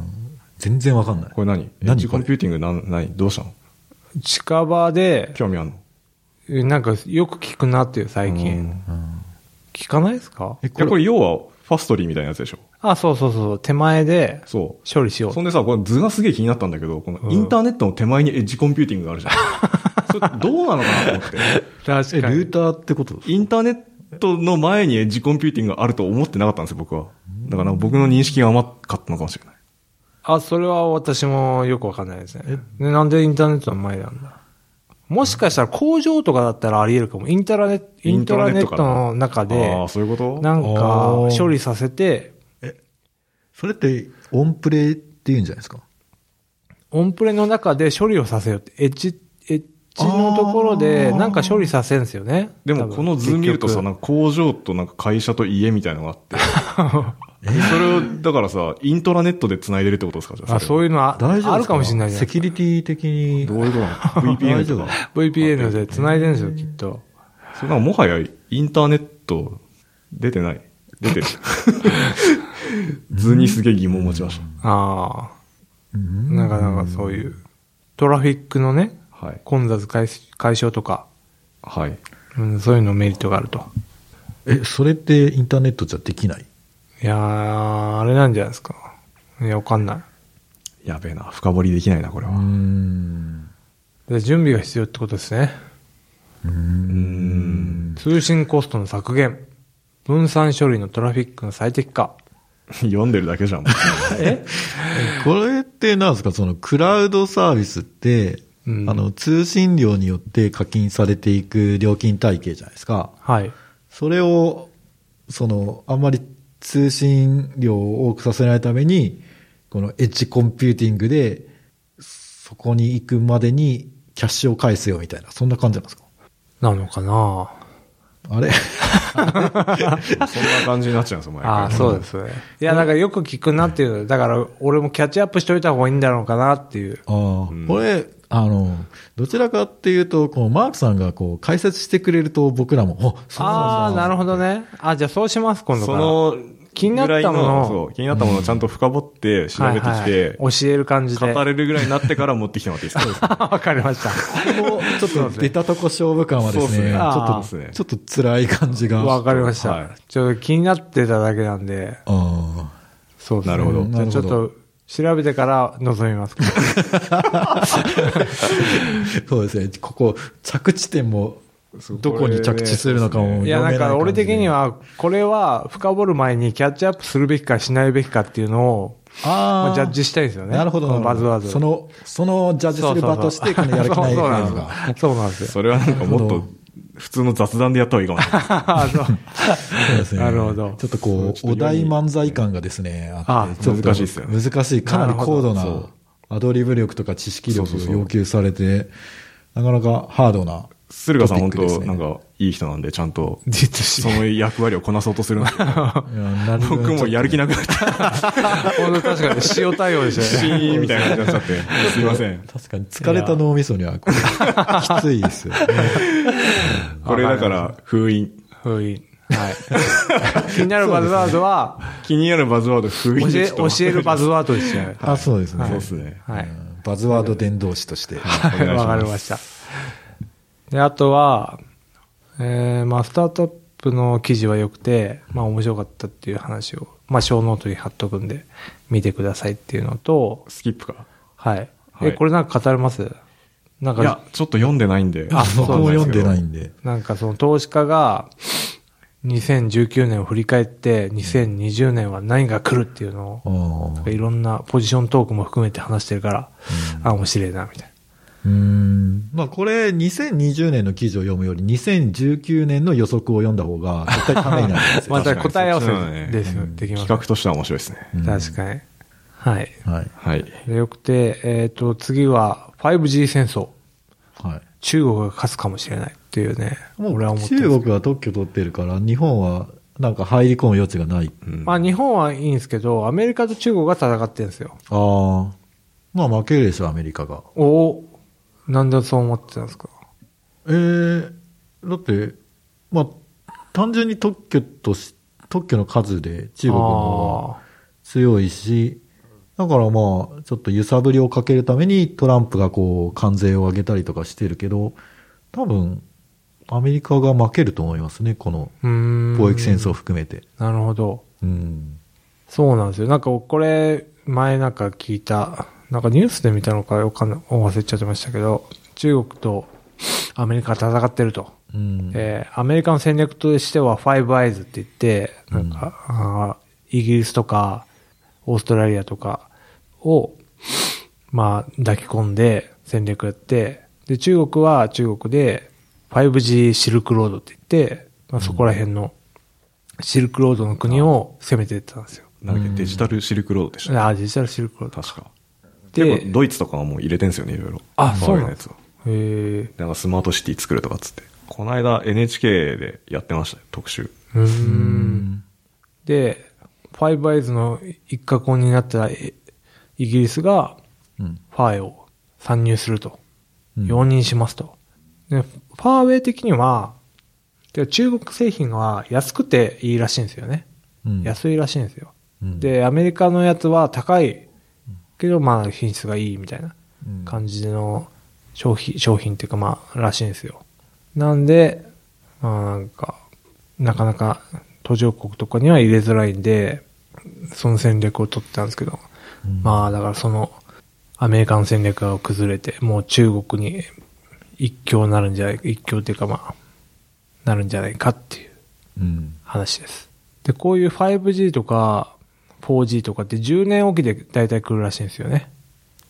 Speaker 2: 全然わかんない。
Speaker 3: これ何エ
Speaker 2: 何
Speaker 3: ッジコン
Speaker 2: これ
Speaker 3: ピューティングなん、何どうしたの
Speaker 1: 近場で、
Speaker 3: 興味あんの
Speaker 1: なんかよく聞くなっていう最
Speaker 3: うん
Speaker 1: 近。
Speaker 2: うん
Speaker 1: 聞かないですか
Speaker 2: え、
Speaker 3: いや、これ要は、ファストリーみたいなやつでしょ
Speaker 1: あ、そうそうそう。手前で
Speaker 3: そ
Speaker 1: 処理しよ
Speaker 3: う。
Speaker 1: う
Speaker 3: そ。んでさ、これ図がすげえ気になったんだけど、このインターネットの手前にエッジコンピューティングがあるじゃん。それどうなのかなと思って。
Speaker 1: 確
Speaker 2: え、
Speaker 1: かに
Speaker 2: ル。ーターってこと
Speaker 3: インターネットの前にエッジコンピューティングがあると思ってなかったんですよ、僕は。だから僕の認識が甘かったのかもしれない。
Speaker 1: あ、それは私もよくわかんないですね。でなんでインターネットの前なんだもしかしたら工場とかだったらあり得るかも。インタラネット、イントラネットの中
Speaker 3: ああ
Speaker 1: で
Speaker 3: ー、、そういうこと
Speaker 1: なんか
Speaker 2: あー
Speaker 1: 処理させて、
Speaker 2: それって、オンプレイって言うんじゃないですか。
Speaker 1: オンプレの中で処理をさせようって、エッジ、エッジのところで
Speaker 2: あー
Speaker 1: なんか処理させるんですよね。
Speaker 3: で
Speaker 1: 多
Speaker 3: も
Speaker 1: 分
Speaker 3: この図見るとさ、
Speaker 1: 結
Speaker 3: なんか工場となんか会社と家みたいのがあ って。それを、だからさ、イントラネットで繋いでるってことですかじゃ
Speaker 1: 局あ、そう
Speaker 3: う
Speaker 1: いうのは
Speaker 2: 大丈夫です
Speaker 1: あるかもしれないじゃな
Speaker 2: セ
Speaker 1: いです
Speaker 2: キュリティ的に。
Speaker 3: どういうことな の ?VPN
Speaker 2: 大丈
Speaker 3: と
Speaker 2: 夫
Speaker 3: か。
Speaker 1: か VPN で繋いでるんですよ、きっと。
Speaker 3: それなんかもはやインターネット出てない。出 てる。図にすげえ疑問持ちました。
Speaker 1: ああ、
Speaker 2: な
Speaker 1: なかなかそういう、トラフィックのね、
Speaker 3: はい。
Speaker 1: 混雑解解消とか、
Speaker 3: はい。
Speaker 1: うん、そういうのメリットがあると。
Speaker 2: え、それってインターネットじゃできない。
Speaker 1: いやー、あれなんじゃないですか。いや、わかんな
Speaker 3: やべえな。深掘りできないな、これは。うん
Speaker 1: い。で準備が必要ってことですね。
Speaker 3: ーん。
Speaker 1: 通信コストの削減。分散処理のトラフィックの最適化。
Speaker 3: 読んでるだけ じゃん。もう
Speaker 1: え
Speaker 2: これってなんですかそのクラウドサービスって、
Speaker 1: うん
Speaker 2: あの、通信料によって課金されていく料金体系じゃないですか。
Speaker 1: はい。
Speaker 2: それを、その、あんまり通信量を多くさせないために、このエッジコンピューティングで、そこに行くまでにキャッシュを返すよみたいな、そんな感じなんですか
Speaker 1: なのかな
Speaker 2: あれ
Speaker 3: そんな感じになっちゃうんですよ、毎回。
Speaker 1: ああ、そうですね。いや、なんかよく聞くなっていうのだから、俺もキャッチアップしといた方がいいんだろうかなっていう。
Speaker 2: ああ、これ、あの、どちらかっていうと、こう、マークさんがこう、解説してくれると僕らも、お、そう
Speaker 1: あ
Speaker 2: な
Speaker 1: あ
Speaker 2: ん
Speaker 1: ー、
Speaker 2: だ。
Speaker 1: なるほどね。あ、じゃあそうします、今度か
Speaker 3: そ
Speaker 1: ら。
Speaker 3: の、
Speaker 1: 気になったものを
Speaker 3: そう、気になったものをちゃんと深掘って、調べてき
Speaker 1: はいはい
Speaker 3: て、
Speaker 1: 教える感じで。
Speaker 3: 語れるぐらいになってから持ってきてもらっていいですか
Speaker 1: わかりました。
Speaker 2: もうちょっと出たとこ勝負感はです
Speaker 3: そうっす
Speaker 2: ね、
Speaker 3: ね
Speaker 2: ちょ
Speaker 1: あー
Speaker 2: っとちょっと辛い感じが。
Speaker 1: わかりました、
Speaker 3: はい
Speaker 1: ちょっと気になってただけなんで。
Speaker 2: あ
Speaker 1: そうです
Speaker 3: な
Speaker 1: ね。
Speaker 3: るほど
Speaker 1: じゃあちょっ
Speaker 2: なる
Speaker 1: と調べてから臨みます。
Speaker 2: ーそうですね、ここ、着地点も、どこに着地するのかも
Speaker 1: いや、なん
Speaker 2: 読めない感じで
Speaker 1: か俺的には、これは深掘る前にキャッチアップするべきかしないべきかっていうのを、ま
Speaker 2: ああ
Speaker 1: あ、ジャッジしたいんですよね。
Speaker 2: なるほど
Speaker 1: このバズワード。
Speaker 2: その、そのジャッジする場として、このやる気ない
Speaker 1: そうそう
Speaker 2: 感
Speaker 1: そ
Speaker 2: じ
Speaker 1: う
Speaker 2: が。
Speaker 1: そうなんですよ。
Speaker 3: それはなんかもっと、普通の雑談でやった方がいいかもしれない。
Speaker 1: あ そう
Speaker 2: そうですね
Speaker 1: なるほど
Speaker 2: ちょっとこう、お題漫才感がですね、あって、
Speaker 1: あ
Speaker 2: ちょっと
Speaker 3: 難しいっすよね
Speaker 2: 難しい。かなり高度
Speaker 1: なる
Speaker 2: なアドリブ力とか知識力
Speaker 3: そうそう
Speaker 2: を
Speaker 3: そう
Speaker 2: 要求されて、なかなかハードな。
Speaker 3: 駿河さん本
Speaker 2: トピックです
Speaker 3: 当
Speaker 2: ね
Speaker 3: なんか、いい人なんで、ちゃんと、
Speaker 1: じっとし
Speaker 3: その役割をこなそうとするんですけど
Speaker 2: いやなるべく
Speaker 3: 僕もやる気なくなって、
Speaker 1: 本当確かに塩対応でした
Speaker 3: シ
Speaker 1: ね。
Speaker 3: ーンみたいな感じになっちゃ って、すいません。
Speaker 2: 確かに疲れた脳みそには、これ、きついですよね。
Speaker 3: これだから、封印。
Speaker 1: はい。はい。 気になるバズワードは、
Speaker 3: 気になるバズワード封
Speaker 1: 教
Speaker 3: 印
Speaker 1: え、
Speaker 3: ちょ
Speaker 1: 教
Speaker 3: っと
Speaker 1: えるバズワードでしたね。
Speaker 2: あ、そうですね。
Speaker 3: そうですね。
Speaker 1: はい。
Speaker 2: うんバズワード伝道師として。
Speaker 3: はいお願いします
Speaker 1: わかりました。で、あとは、えー、まあ、スタートアップの記事は良くて、まあ、面白かったっていう話を、まあ、小ノートに貼っとくんで、見てくださいっていうのと、
Speaker 3: スキップか。
Speaker 1: はい。
Speaker 3: は
Speaker 1: え、
Speaker 3: い
Speaker 1: これなんか語れますな
Speaker 3: い
Speaker 1: ん
Speaker 3: や
Speaker 1: か、、
Speaker 3: ちょっと読んでないんで。。
Speaker 1: あ
Speaker 2: 僕
Speaker 1: そう
Speaker 2: も読んでないいんで。
Speaker 1: なんかその投資家が、2019年を振り返って、2020年は何が来るっていうの
Speaker 2: あ
Speaker 1: を、
Speaker 2: ー
Speaker 1: いろんなポジショントークも含めて話してるから、あ、面白いな、みたいな。
Speaker 2: うーん。まあこれ、2020年の記事を読むより、2019年の予測を読んだ方が、絶対ためになるんです よ。
Speaker 1: また答え合わ
Speaker 3: そうだね
Speaker 1: せですよ。できます
Speaker 3: 企画としては面白いですね。
Speaker 2: うん
Speaker 1: 確かに。はい。
Speaker 2: はい。
Speaker 3: はい。
Speaker 1: でよくて、えっ、と、次は 5G 戦争。
Speaker 2: はい。
Speaker 1: 中国が勝つかもしれないっていうね。
Speaker 2: も
Speaker 1: 俺は
Speaker 2: う
Speaker 1: 思って
Speaker 2: 中
Speaker 1: る。
Speaker 2: 国は特許取ってるから、日本はなんか入り込む余地がない。
Speaker 3: うん
Speaker 1: まあ日本はいいんですけど、アメリカと中国が戦ってるんですよ。
Speaker 2: ああ。まあ負けるでしょ、アメリカが。
Speaker 1: おおなんでそう思ってたんですか
Speaker 2: ええだって、まあ、単純に特許とし、特許の数で中国の方が
Speaker 1: あ
Speaker 2: 強いし、だからまあ、ちょっと揺さぶりをかけるためにトランプがこう、関税を上げたりとかしてるけど、多分、アメリカが負けると思いますね、この
Speaker 1: ーうーん。
Speaker 2: 貿易戦争。含めて。
Speaker 1: なるほど。
Speaker 2: うん。
Speaker 1: そうなんですよ。なんかこれ、前なんか聞いた、なんかニュースで見たのかよかんない忘れちゃってましたけど、中国とアメリカが戦ってると。
Speaker 2: うん。
Speaker 1: えーアメリカの戦略としては、ファイブアイズって言って、なんか、あーイギリスとか、オーストラリアとかを、まあ、抱き込んで戦略やって、で、中国は中国で、5G シルクロードって言って、まあ、そこら辺の、シルクロードの国を攻めていったんですよ。
Speaker 3: なんだっけ、デジタルシルクロードでした。
Speaker 1: ああ、デジタルシルクロード。
Speaker 3: 確か。結構
Speaker 1: で、
Speaker 3: ドイツとかはもう入れてんすよね、いろいろ。
Speaker 1: あそうな
Speaker 3: の
Speaker 1: んで
Speaker 3: や
Speaker 1: す
Speaker 3: つを。
Speaker 1: へえ、
Speaker 3: なんかスマートシティ作るとかっつって。この間 NHK でやってましたよ、特集。
Speaker 1: うーん。で、ファイブアイズの一角になったえイギリスが、
Speaker 2: うん。
Speaker 1: ファーウェイを参入すると。
Speaker 2: うん
Speaker 1: 容認しますと。で、ファーウェイ的には、で中国製品は安くていいらしいんですよね。
Speaker 2: うん
Speaker 1: 安いらしいんですよ。
Speaker 2: うん
Speaker 1: で、アメリカのやつは高いけど、まあ品質がいいみたいな
Speaker 2: うん
Speaker 1: 感じの商品、商品っていうかまあ、らしいんですよ。なんで、まあなんか、なかなか途上国とかには入れづらいんで、その戦略を取ってたんですけど、
Speaker 2: うん
Speaker 1: まあだからその、アメリカの戦略が崩れて、もう中国に一強なるんじゃない、一強っていうかまあ、なるんじゃないかっていう
Speaker 2: うん。
Speaker 1: 話です。で、こういう 5G とか 4G とかって10年おきで大体来るらしいんですよね。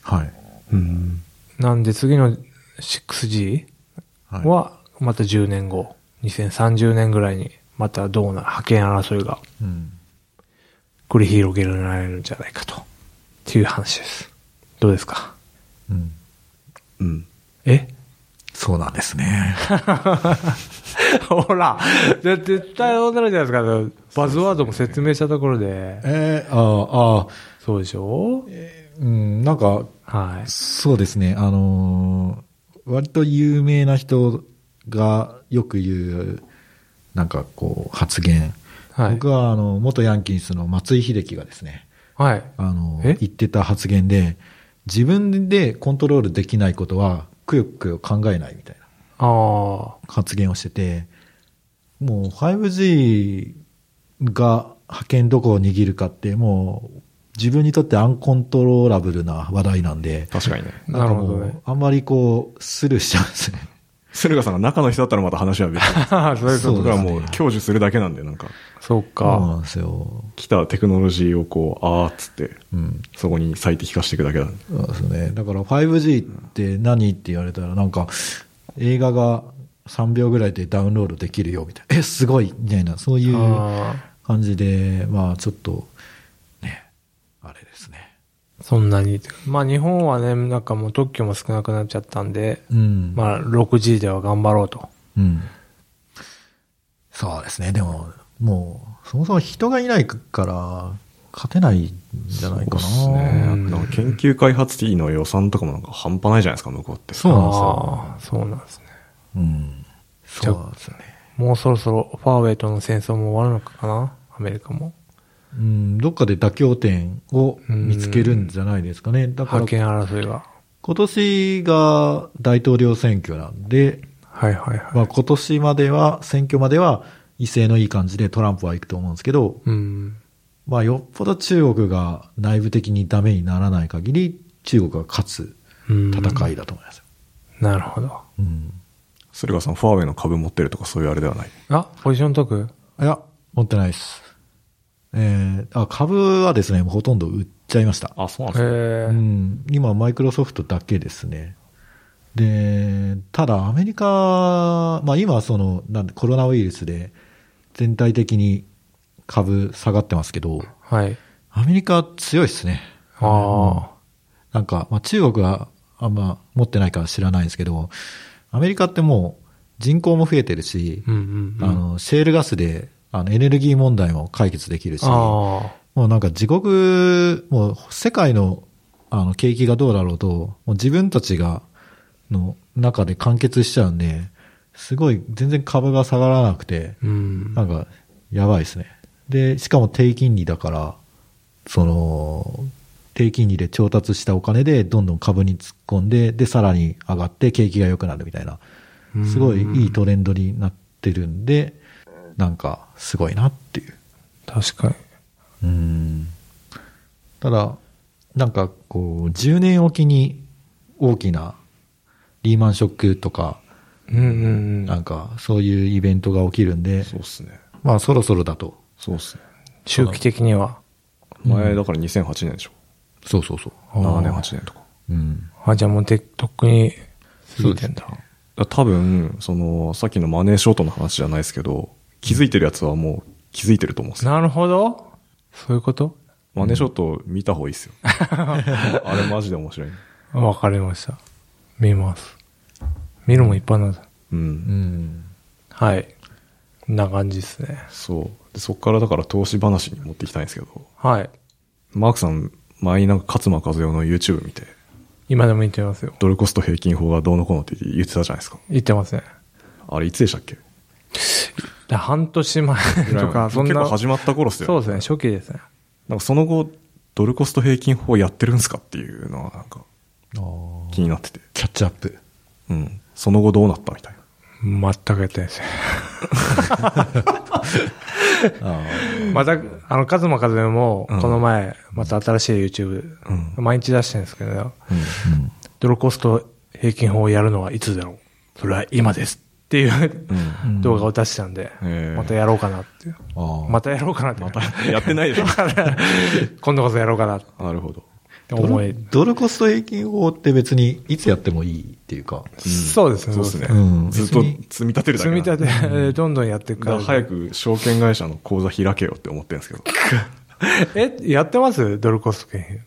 Speaker 2: はい。
Speaker 3: うん。
Speaker 1: なんで次の 6G
Speaker 2: はい。
Speaker 1: はまた10年後、2030年ぐらいにまたどうな、覇権争いが
Speaker 2: うん。
Speaker 1: 繰り広げられるんじゃないかと。っていう話です。どうですか
Speaker 2: うん。
Speaker 3: うん。
Speaker 1: え
Speaker 2: そうなんですね。
Speaker 1: ほらじゃ絶対そうなるじゃないですか。バズワードも説明したところで。
Speaker 2: えー、あーあー、
Speaker 1: そうでしょ
Speaker 2: うん、なんか、
Speaker 1: はい。
Speaker 2: そうですね、あのー割と有名な人がよく言う、なんかこう、発言。
Speaker 1: はい
Speaker 2: 僕は、あの、元ヤンキースの松井秀喜がですね、
Speaker 1: はい。
Speaker 2: あの
Speaker 1: え
Speaker 2: 言ってた発言で、自分でコントロールできないことは、くよくよ考えないみたいな。
Speaker 1: あ
Speaker 2: 発言をしてて、もう 5G が派遣どこを握るかって、もう自分にとってアンコントローラブルな話題なんで、
Speaker 3: 確かにね。
Speaker 1: あ。なんる
Speaker 2: か
Speaker 1: ほ
Speaker 2: も
Speaker 1: ど
Speaker 2: う
Speaker 1: ね。
Speaker 2: あんまりこう、スルーしちゃうんですね。
Speaker 3: 駿河さんが中の人だったらまた話は別
Speaker 1: そういうこと
Speaker 2: そう
Speaker 3: 僕
Speaker 2: で
Speaker 3: ら
Speaker 2: すね
Speaker 3: もう享受するだけなんで、なんか、
Speaker 1: そう
Speaker 2: そうな
Speaker 1: か。
Speaker 2: んですよ。
Speaker 3: 来たテクノロジーをこう、あーっつって、
Speaker 2: うん。
Speaker 3: そこに最適化していくだけなんで。
Speaker 2: そうですね。だから 5G って何って言われたら、なんか、映画が3秒ぐらいでダウンロードできるよ、みたいな。え、すごいみたいな、そういう
Speaker 1: あ
Speaker 2: 感じで、まあちょっと、ね、あれですね。
Speaker 1: ーそんなに。まあ日本はね、なんかもう特許も少なくなっちゃったんで、
Speaker 2: うん。
Speaker 1: まあ 6G では頑張ろうと。
Speaker 2: うん。そうですね。でも、もう、そもそも人がいないから、勝てないんじゃないかな。
Speaker 3: そうっすね。あとなんか研究開発費の予算とかもなんか半端ないじゃないですか、向こうって。
Speaker 2: そうなんですよ。
Speaker 1: ああ、そうなんですね。
Speaker 2: うん。そうなんですよね。
Speaker 1: もうそろそろファーウェイとの戦争も終わるのかなアメリカも。
Speaker 2: うん、どっかで妥協点を見つけるんじゃないですかね。だから
Speaker 1: 覇、権争いが。
Speaker 2: 今年が大統領選挙なんで、
Speaker 1: はいはいはい。
Speaker 2: まあ、今年までは、選挙までは、威勢のいい感じでトランプは行くと思うんですけど、
Speaker 1: うん。
Speaker 2: まあ、よっぽど中国が内部的にダメにならない限り、中国が勝つ
Speaker 1: うん
Speaker 2: 戦いだと思いますよ。
Speaker 1: なるほど。
Speaker 2: うん。
Speaker 3: それがさん、ファーウェイの株持ってるとかそういうあれではない。
Speaker 1: あ、ポジション解く
Speaker 2: いや、持ってないです。えー、あ、株はですね、もうほとんど売っちゃいました。
Speaker 3: あ、そうなん
Speaker 1: ええ
Speaker 2: うん、今、マイクロソフトだけですね。で、ただアメリカ、まあ今はその、なんでコロナウイルスで全体的に株下がってますけど、
Speaker 1: はい。
Speaker 2: アメリカ強いですね。
Speaker 1: あ
Speaker 2: なんか、まあ中国はあんま持ってないから知らないんですけど、アメリカってもう人口も増えてるし
Speaker 1: あ。、うんうん
Speaker 2: あ
Speaker 1: うん。
Speaker 2: の、シェールガスで、あの、エネルギー問題も解決できるし、
Speaker 1: ああ。
Speaker 2: もうなんか自国、もう世界のあの景気がどうだろうと、もう自分たちが、の中で完結しちゃうんで、すごい全然株が下がらなくて、
Speaker 1: うん。
Speaker 2: なんかやばいですね。で、しかも低金利だから、その、低金利で調達したお金でどんどん株に突っ込んで、で、さらに上がって景気が良くなるみたいな、すごいいいトレンドになってるんで、なんかすごいなっていう。
Speaker 1: 確かに。
Speaker 2: うんただ、なんかこう、10年おきに大きなリーマンショックとか、
Speaker 1: うんうんう。
Speaker 2: なんんかそういうイベントが起きるんで、
Speaker 3: そうっすね。
Speaker 2: まあそろそろだと。
Speaker 3: そうっすね。
Speaker 1: 周期的には。
Speaker 3: 前、だから2008年でしょ。
Speaker 2: そうそうそう。
Speaker 3: 7年、8年とか。
Speaker 2: うん。
Speaker 1: あ、じゃあもうて、とっくに過ぎてんだ。
Speaker 3: だから多分、その、さっきのマネーショートの話じゃないですけど、気づいてるやつはもう気づいてると思うんですよ。
Speaker 1: なるほど。そういうこと
Speaker 3: マネーショート見た方がいいです よ。あれマジで面白い。
Speaker 1: あわかりました。見ます。見るも一般なんだ。
Speaker 3: う。
Speaker 2: うんん。
Speaker 1: はい。こんな感じですね。
Speaker 3: そう。でそっからだから投資話に持っていきたいんですけど、
Speaker 1: はい。
Speaker 3: マークさん、前になんか勝間和代の YouTube 見て、
Speaker 1: 今でも言ってますよ。
Speaker 3: ドルコスト平均法がどうのこうのって言ってたじゃないですか。
Speaker 1: 言ってますね。
Speaker 3: あれいつでしたっけ
Speaker 1: だ半年前とか、そん
Speaker 3: 結
Speaker 1: な。
Speaker 3: 構始まった頃っすよ。
Speaker 1: そうですね、初期ですね。
Speaker 3: なんかその後、ドルコスト平均法やってるんすかっていうのはなんか
Speaker 2: あー
Speaker 3: 気になってて。
Speaker 2: キャッチアップ。
Speaker 3: うん。その後どうなったみたいな。
Speaker 1: 全くやってな いですね。また、あの、カズマカズメも、
Speaker 3: うん
Speaker 1: この前、また新しい YouTube、
Speaker 3: うん
Speaker 1: 毎日出してるんですけど、
Speaker 3: うん。
Speaker 1: ドロコスト平均法をやるのはいつだろうそれは今ですっていう、
Speaker 3: うん
Speaker 2: ん
Speaker 1: 動画を出してたんで、
Speaker 3: ええ
Speaker 1: またやろうかなっていう。
Speaker 2: あ
Speaker 1: またやろうかなって。
Speaker 3: やってないでしょ。
Speaker 1: 今度こそやろうかなって
Speaker 3: なるほど。
Speaker 2: ド
Speaker 1: 思い
Speaker 2: ル。ドルコスト平均法って別にいつやってもいいっていうか。
Speaker 1: そうですね。
Speaker 3: そうですね。
Speaker 2: うん
Speaker 3: ずっと
Speaker 2: 別に
Speaker 3: 積み立てるだ
Speaker 1: 積
Speaker 3: け
Speaker 1: み
Speaker 3: なんで。
Speaker 1: 立て、 どんどんやっていく
Speaker 3: だ
Speaker 1: か。
Speaker 3: からら早く証券会社の口座開けよって思ってるんですけど。
Speaker 1: え、やってますドルコスト経費。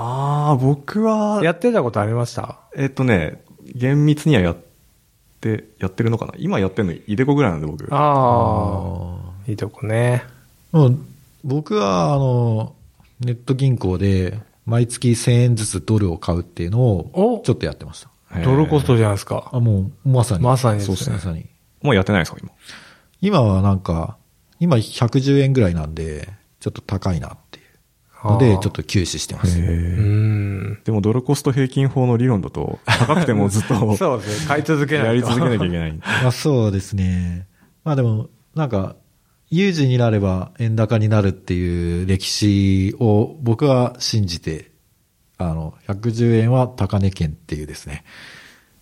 Speaker 3: あー、僕は
Speaker 1: やってたことありました
Speaker 3: えっとね、厳密にはやって、やってるのかな今やってるのイデコぐらいなんで僕。
Speaker 1: ああ、
Speaker 2: あー
Speaker 1: いいとこね。
Speaker 2: もう僕は、あの、ネット銀行で、毎月1000円ずつドルを買うっていうの
Speaker 1: お
Speaker 2: を、ちょっとやってました。
Speaker 3: へー
Speaker 1: ドルコストじゃないですか。
Speaker 2: あ、もう、まさに。
Speaker 1: まさにです
Speaker 2: そ
Speaker 1: ね
Speaker 2: うですね。まさに。
Speaker 3: もうやってないですか今。
Speaker 2: 今はなんか、今110円ぐらいなんで、ちょっと高いなっていう。ので、
Speaker 1: あー
Speaker 2: ちょっと休止してます。
Speaker 1: うーん。
Speaker 3: でもドルコスト平均法の理論だと、高くてもずっ と
Speaker 1: そうですね。買い続けな
Speaker 3: や
Speaker 1: いと。
Speaker 3: り 続けなきゃいけない。
Speaker 2: まあそうですね。まあでも、なんか、有事になれば円高になるっていう歴史を僕は信じて、あの、110円は高値圏っていうですね、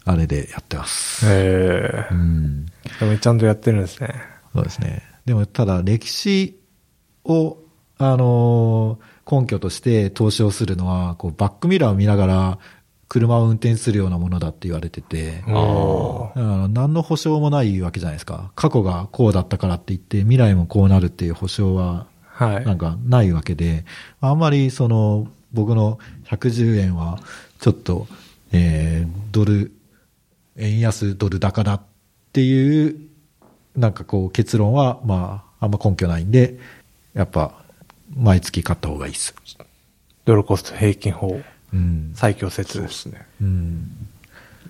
Speaker 2: あれでやってます。
Speaker 1: え
Speaker 2: うん。
Speaker 1: えでもちゃんとやってるんですね。
Speaker 2: そうですね。でもただ歴史を、あのー根拠として投資をするのは、こう、バックミラーを見ながら車を運転するようなものだって言われてて、
Speaker 1: ああ。
Speaker 2: あの何の保証もないわけじゃないですか。過去がこうだったからって言って、未来もこうなるっていう保証は、
Speaker 1: はい。
Speaker 2: なんかないわけで、あんまりその、僕の110円は、ちょっと、えードル、円安ドル高だっていうなんかこう結論は、まあ、あんま根拠ないんで、やっぱ、毎月買った方がいいです。
Speaker 1: ドルコスト平均法、
Speaker 2: うん。
Speaker 1: 最強説
Speaker 3: そうで。すね。
Speaker 2: うん。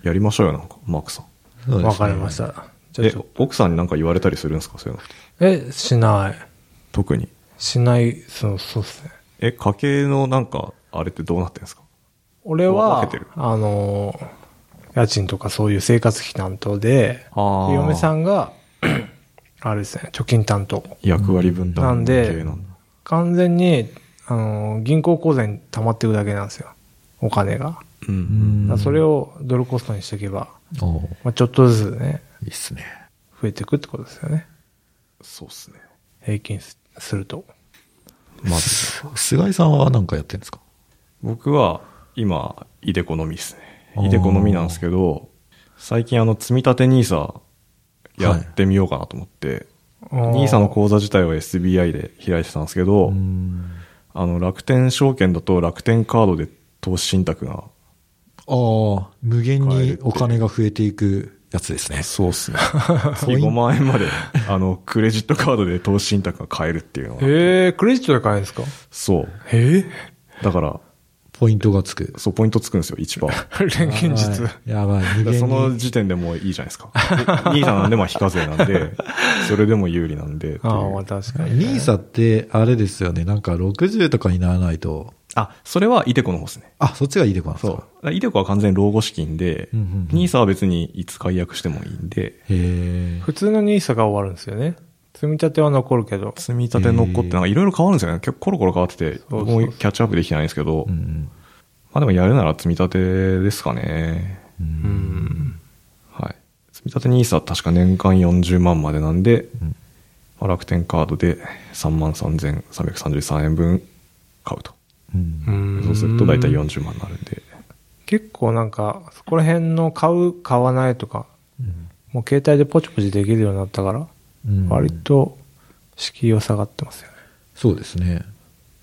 Speaker 3: やりましょうよ、なんか、マークさん。
Speaker 2: そうですね
Speaker 1: わかりまし。た。じゃあ
Speaker 3: え
Speaker 1: ちょっと、
Speaker 3: 奥さんになんか言われたりするんですかそういうの。
Speaker 1: え、しない。
Speaker 3: 特に。
Speaker 1: しない、そう、そうっすね。
Speaker 3: え、家計のなんか、あれってどうなってるんですか
Speaker 1: 俺
Speaker 3: 分
Speaker 1: は
Speaker 3: けてる、
Speaker 1: あの、家賃とかそういう生活費担当で、
Speaker 3: あー
Speaker 1: で嫁さんが、 あれですね、貯金担当。
Speaker 3: 役割分担
Speaker 1: なん
Speaker 3: 系
Speaker 1: で
Speaker 3: なんだ。、
Speaker 1: 完全に、あの、銀行口座に溜まっていくだけなんですよ。お金が。
Speaker 3: う。
Speaker 2: うん
Speaker 1: だから
Speaker 2: ん
Speaker 1: それをドルコストにしていけば、
Speaker 2: おう
Speaker 1: まあ、ちょっとずつね、
Speaker 2: いいっすね。
Speaker 1: 増えていくってことですよね。
Speaker 3: そうっすね。
Speaker 1: 平均すすると。
Speaker 3: まあ、
Speaker 2: 菅井さんは何かやってるんですか
Speaker 3: 僕は、今、イデコのみですね。イデコのみなんですけど、最近あの、積み立て NISA、やってみようかなと思って、NISA の口座自体は SBI で開いてたんですけど、
Speaker 2: ん。
Speaker 3: あの、楽天証券だと楽天カードで投資信託が、
Speaker 2: ああ、無限
Speaker 3: 買えるっ
Speaker 2: に
Speaker 3: て
Speaker 2: お金が増えていくやつですね。
Speaker 3: そうっすね。月5万円まで、あの、クレジットカードで投資信託が買えるっていうのが。
Speaker 1: へえ、クレジットで買えるんですか
Speaker 3: そう。
Speaker 1: へえ
Speaker 3: だから、
Speaker 2: ポイントがつく。
Speaker 3: そう、ポイントつくんですよ、1%。
Speaker 1: 錬金術。
Speaker 2: やばい。やばい無限に。
Speaker 3: その時点でもういいじゃないですか。兄さんなんで、まあ、非課税なんで、それでも有利なんでっていう。
Speaker 1: ああ、まあ確かに。
Speaker 2: ニーサって、あれですよね。なんか60とかにならないと。
Speaker 3: あ、それはイデコの方ですね。
Speaker 2: あ、そっちがいいでこなんです
Speaker 3: そう。だ
Speaker 2: か
Speaker 3: からイデコは完全に老後資金で、
Speaker 2: うんうんうん
Speaker 3: NISA は別にいつ解約してもいいんで、
Speaker 2: へえ。
Speaker 1: 普通の NISA が終わるんですよね。積み立ては残るけど。
Speaker 3: 積み立て残ってなんかいろいろ変わるんですよね。結構コロコロ変わってて、
Speaker 1: そうそう
Speaker 3: 僕もキャッチアップできてないんですけど、
Speaker 2: うんうん。
Speaker 3: まあでもやるなら積み立てですかね。
Speaker 2: う
Speaker 1: うんん。
Speaker 3: はい。積み立て NISA 確か年間40万までなんで、
Speaker 2: うん
Speaker 3: まあ楽天カードで3万3333円分買うと。
Speaker 2: うん
Speaker 1: ん
Speaker 3: そうすると大体40万になるんで。
Speaker 1: 結構なんか、そこら辺の買う、買わないとか、
Speaker 2: うん
Speaker 1: もう携帯でポチポチできるようになったから、
Speaker 2: うん
Speaker 1: 割と敷居は下がってますよね。
Speaker 2: そうですね。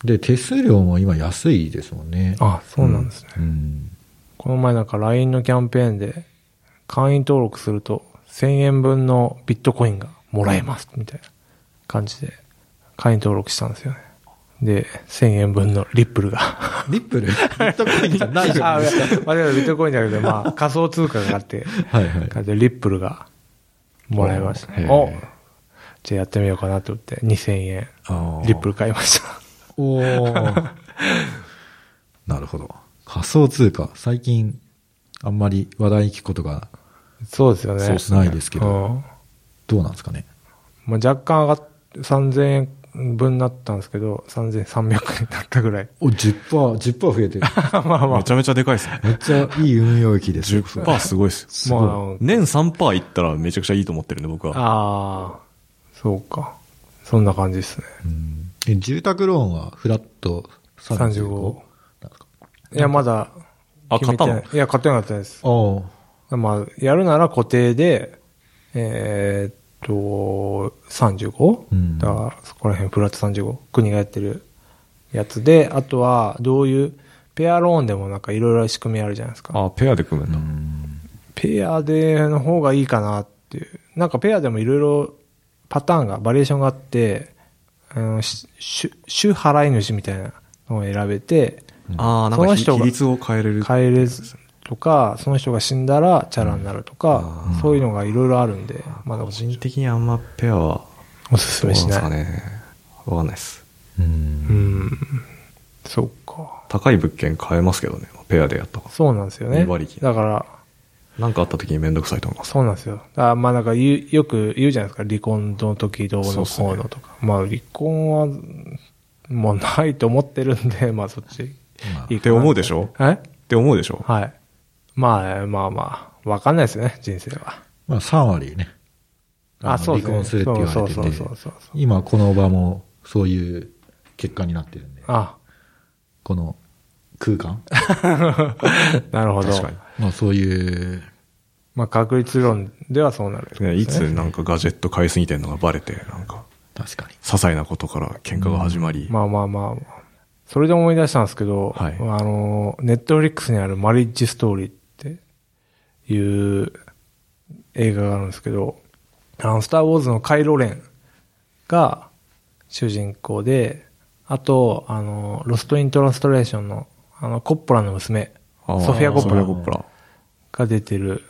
Speaker 2: で、手数料も今安いですもんね。
Speaker 1: あ、そうなんですね。
Speaker 2: うん。
Speaker 1: この前なんか LINE のキャンペーンで、会員登録すると1000円分のビットコインがもらえます、みたいな感じで、会員登録したんですよね。で、1000円分のリップルが。
Speaker 2: リップルビットコインじゃないじ ゃ
Speaker 1: あ、
Speaker 2: ん。
Speaker 1: いや間違えたビットコインじゃなくて、まあ仮想通貨があって、
Speaker 2: はいはい。
Speaker 1: でリップルがもらえました
Speaker 3: へ。え
Speaker 1: おじゃあやってみようかなと思って2000円、
Speaker 2: あー
Speaker 1: リップル買いました。
Speaker 2: おー なるほど。仮想通貨、最近、あんまり話題に聞くことが
Speaker 1: そうですよね。
Speaker 3: そうっすね
Speaker 2: ないですけど、
Speaker 1: うん
Speaker 2: どうなんですかね。
Speaker 1: まあ、若干上がっ、3000円分になったんですけど、3300円になったぐらい。
Speaker 2: お、10%、10%増えてる。
Speaker 1: まあま
Speaker 3: めちゃめちゃでかいですね。
Speaker 2: めっちゃいい運用益です。
Speaker 3: 10%すごいですよ。
Speaker 1: あ、ま
Speaker 3: 年3%いったらめちゃくちゃいいと思ってるんで、僕
Speaker 1: あ、
Speaker 3: は。
Speaker 1: ああ、そうか。そんな感じですね。
Speaker 2: うんえ住宅ローンはフラット35
Speaker 1: 35。いや、まだ、
Speaker 3: あ、
Speaker 1: 決
Speaker 3: 買った
Speaker 1: めてない
Speaker 3: の
Speaker 1: いや、買ってなかったです。
Speaker 2: おー
Speaker 1: まあ、やるなら固定で、えーっと、35?
Speaker 2: うん
Speaker 1: だから、そこら辺、フラット35。国がやってるやつで、あとは、どういう、ペアローンでもなんかいろいろ仕組みあるじゃないですか。
Speaker 3: あ、ペアで組むんだ。
Speaker 1: ペアでの方がいいかなっていう。なんかペアでもいろいろパターンが、バリエーションがあって、あの、しし主払い主みたいなのを選べて、
Speaker 3: ああ、なん
Speaker 1: そ
Speaker 3: か
Speaker 1: の
Speaker 3: 比
Speaker 1: 人が
Speaker 3: 比率を変えれる。
Speaker 1: 帰れずとか、その人が死んだらチャラになるとか、そういうのがいろいろあるんで、まだ
Speaker 3: 個人的にあんまペアは、
Speaker 1: おすす
Speaker 3: どう
Speaker 1: め
Speaker 3: な
Speaker 1: し
Speaker 3: んですか
Speaker 1: ない。
Speaker 3: ね。わかんないです。
Speaker 2: うん
Speaker 1: うん。そうか。
Speaker 3: 高い物件買えますけどね。ペアでやったか
Speaker 1: そうなんですよね
Speaker 3: 二割。引き
Speaker 1: だから、
Speaker 3: ら。なんかあった時にめんどくさいと思います。
Speaker 1: そうなんですよ。あまあなんか言う、よく言うじゃないですか。離婚の時どう
Speaker 3: そう
Speaker 1: の
Speaker 3: っすね
Speaker 1: こうのとか。まあ離婚は、もうないと思ってるんで、 まあそっち
Speaker 2: まあ
Speaker 1: いいかな。
Speaker 3: って思うでしょ
Speaker 1: え
Speaker 3: って思うでしょ
Speaker 1: はい。まあまあまあ、わかんないですね、人生は。
Speaker 2: まあ3割ね。
Speaker 1: あ、そうですね。
Speaker 2: 離婚するって言われてて
Speaker 1: そうそうそうそうそう。
Speaker 2: 今この場もそういう結果になってるんで、
Speaker 1: あ、
Speaker 2: この空 間
Speaker 1: なるほど。
Speaker 3: 確かに。
Speaker 2: まあそういう、
Speaker 1: まあ確率論ではそうなる。
Speaker 3: ね、いつなんかガジェット買いすぎてんのがバレて、なんか、
Speaker 2: 確かに。
Speaker 3: 些細なことから喧嘩が始まり、
Speaker 1: まあまあまあ。それで思い出したんですけど、
Speaker 3: はい
Speaker 1: あの、ネットフリックスにあるマリッジストーリーっていう映画があるんですけど、あの、スター・ウォーズのカイロレンが主人公で、あと、あの、ロスト・イン・トランストレーションの、あの、コッポラの娘、
Speaker 3: あー
Speaker 1: ソフィア・コッポラ
Speaker 3: ソフィアコッポラ。
Speaker 1: が出てる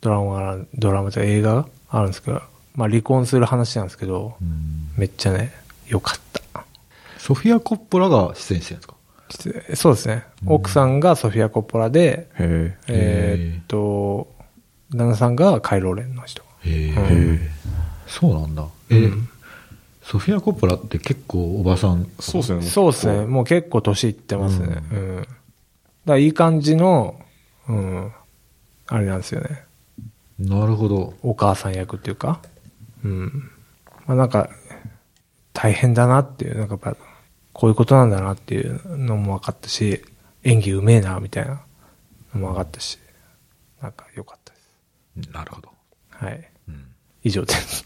Speaker 1: ドラマが、ドラマというか映画があるんですけど、まあ離婚する話なんですけど、めっちゃね、良かった。
Speaker 2: ソフィア・コッポラが出演してるんですか
Speaker 1: ちょっとそうですね。奥さんがソフィア・コッポラで、
Speaker 3: へえ。
Speaker 1: えーっと、旦那さんがカイロレンの人。
Speaker 2: へえ、
Speaker 1: うん
Speaker 2: そうなんだ。えソフィア・コッポラって結構おばさん。
Speaker 3: そうですよね。
Speaker 1: そうですね。。もう結構年いってますね。うん。だからいい感じの、うん、あれなんですよね。
Speaker 2: なるほど。
Speaker 1: お母さん役っていうか。うん。まあなんか、大変だなっていう、なんかやっぱ、こういうことなんだなっていうのも分かったし、演技うめえな、みたいなのも分かったし、なんか良かったです。
Speaker 2: なるほど。
Speaker 1: はい。
Speaker 2: うん
Speaker 1: 以上です。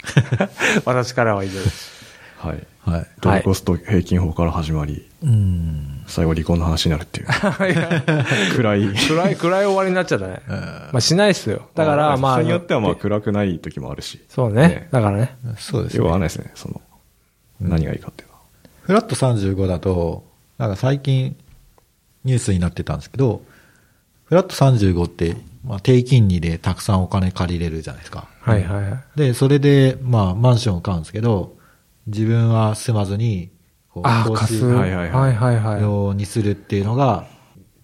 Speaker 1: 私からは以上 です。
Speaker 3: はい。
Speaker 2: はい。
Speaker 3: ドリコスト平均法から始まり、
Speaker 2: うん。
Speaker 3: 最後離婚の話になるっていう。 暗い。
Speaker 1: 暗い、暗い終わりになっちゃったね。まあしないっすよ。だから、まあ。
Speaker 3: 人によってはまあ暗くない時もあるし。
Speaker 1: そうね。だからね。
Speaker 2: そうです
Speaker 3: よくわかんな
Speaker 2: ね。
Speaker 3: いですね。その、何がいいかっていうのは。
Speaker 2: フラット35だと、なんか最近ニュースになってたんですけど、フラット35って、まあ、低金利でたくさんお金借りれるじゃないですか。
Speaker 1: はいはいはい。
Speaker 2: で、それで、まあ、マンションを買うんですけど、自分は住まずに、こう
Speaker 1: ああ、
Speaker 2: 投資
Speaker 1: 貸す。
Speaker 3: はいはいはい
Speaker 1: はいはいは
Speaker 2: 用にするっていうのが、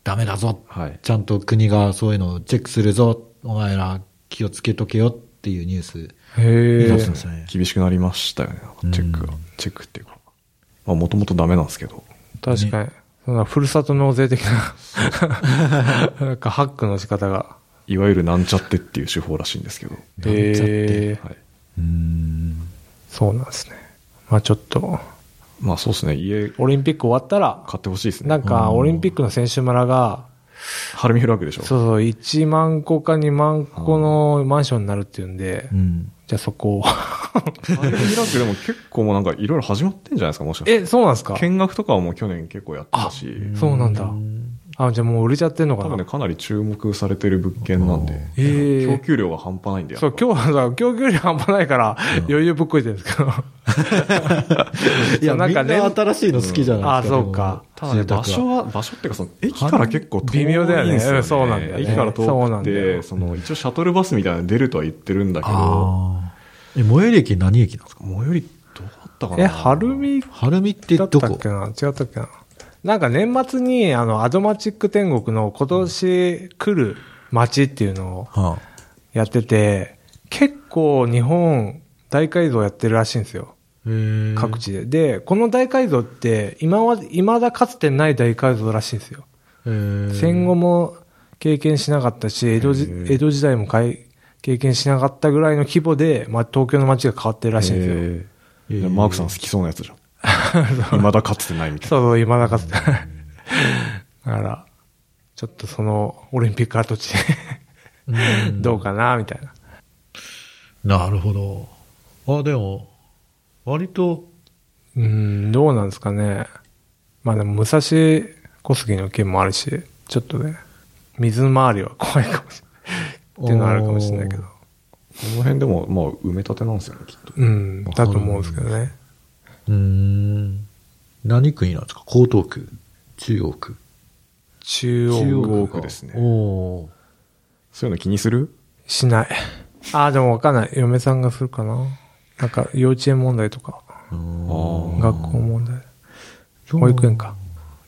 Speaker 2: ダメだぞ、
Speaker 3: はい
Speaker 2: ちゃんと国がそういうのをチェックするぞ。お前ら気をつけとけよっていうニュース。
Speaker 1: い。へえ。
Speaker 2: 出してましたね。
Speaker 3: 厳しくなりましたよね。チェックが。チェックっていうか。まあもともとダメなんですけど。
Speaker 1: 確かに。そんな、ふるさと納税 的な、なんかハックの仕方が。
Speaker 3: いわゆるなんちゃってっていう手法らしいんですけど。
Speaker 1: へえ。
Speaker 3: はい。
Speaker 2: うん。
Speaker 1: そうなんですね。まあちょっと、
Speaker 3: まあそうですね。家
Speaker 1: オリンピック終わったら、
Speaker 3: 買ってほしいですね。
Speaker 1: なんか、オリンピックの選手村が、
Speaker 3: ハルミフラッグでしょ。
Speaker 1: そうそう、1万個か2万個のマンションになるっていうんで
Speaker 2: う、ん。
Speaker 1: じゃあそこを。
Speaker 3: ハルミフラッグでも結構もうなんかいろいろ始まってんじゃないですか、もしかして。
Speaker 1: え、そうなんですか
Speaker 3: 見学とかはもう去年結構やってたし。
Speaker 1: そうなんだ。あ、じゃあもう売れちゃってんの
Speaker 3: 多
Speaker 1: か
Speaker 3: 分ね、
Speaker 1: な
Speaker 3: かなり注目されてる物件なんで。
Speaker 1: ええ
Speaker 3: 供給量が半端ないんだよ。
Speaker 1: そう、今日はさ、供給量半端ないから、余裕ぶっこいてるんですけど。
Speaker 2: いや、
Speaker 1: なんかね
Speaker 2: みんな新しいの好きじゃないですか。
Speaker 1: うんあそうか
Speaker 2: で
Speaker 3: ただね、場
Speaker 2: も住宅
Speaker 3: 所
Speaker 2: は
Speaker 3: は、場所っていうかその、駅から結構遠いんです
Speaker 1: 微妙だよね
Speaker 3: よ
Speaker 1: うんそうなんだよね
Speaker 3: 駅から
Speaker 1: そう
Speaker 3: 遠
Speaker 1: なん
Speaker 3: く
Speaker 1: だ
Speaker 3: て、
Speaker 1: よ
Speaker 3: その、一応シャトルバスみたいなの出るとは言ってるんだけど、
Speaker 2: ああ。え、最寄り駅何駅なんですか
Speaker 3: 最寄りどうだったかな
Speaker 1: え、晴海
Speaker 2: 晴海って
Speaker 1: だ
Speaker 2: ど
Speaker 1: った
Speaker 2: こ
Speaker 1: っけな違ったっけななんか年末に、あの、アドマチック天国の今年来る街っていうのを
Speaker 2: はあ
Speaker 1: やってて、結構日本大改造やってるらしいんですよ。
Speaker 2: へえ
Speaker 1: 各地で。で、この大改造って、今は、未だかつてない大改造らしいんですよ。戦後も経験しなかったし、江戸時江戸時代もかい経験しなかったぐらいの規模で、まあ、東京の街が変わってるらしいんですよ。
Speaker 3: ええ
Speaker 2: ええ
Speaker 3: マークさん好きそうなや つじゃん。未だかつてないみたいな。
Speaker 1: そうそう、今なかった。だから、ちょっとその、オリンピック跡地で、どうかな、みたいな。
Speaker 2: なるほど。あ、でも、割と、
Speaker 1: うん、どうなんですかね。まあでも、武蔵小杉の件もあるし、ちょっとね、水回りは怖いかもしれない。っていうのはあるかもしれないけど。
Speaker 3: この辺でも、まあ、埋め立てなんですよね、きっと。
Speaker 1: うん、だと思うんですけどね。
Speaker 2: うーん。何区になるんですか江東区中央区
Speaker 1: 中
Speaker 3: 中
Speaker 1: 央
Speaker 3: 央
Speaker 1: 区
Speaker 3: 区ですね
Speaker 2: おお
Speaker 3: そういうの気にする
Speaker 1: しない。ああ、でもわかんない。嫁さんがするかな。なんか、幼稚園問題とか、
Speaker 2: ー。うん
Speaker 3: あ
Speaker 1: 学校問題、保育園か。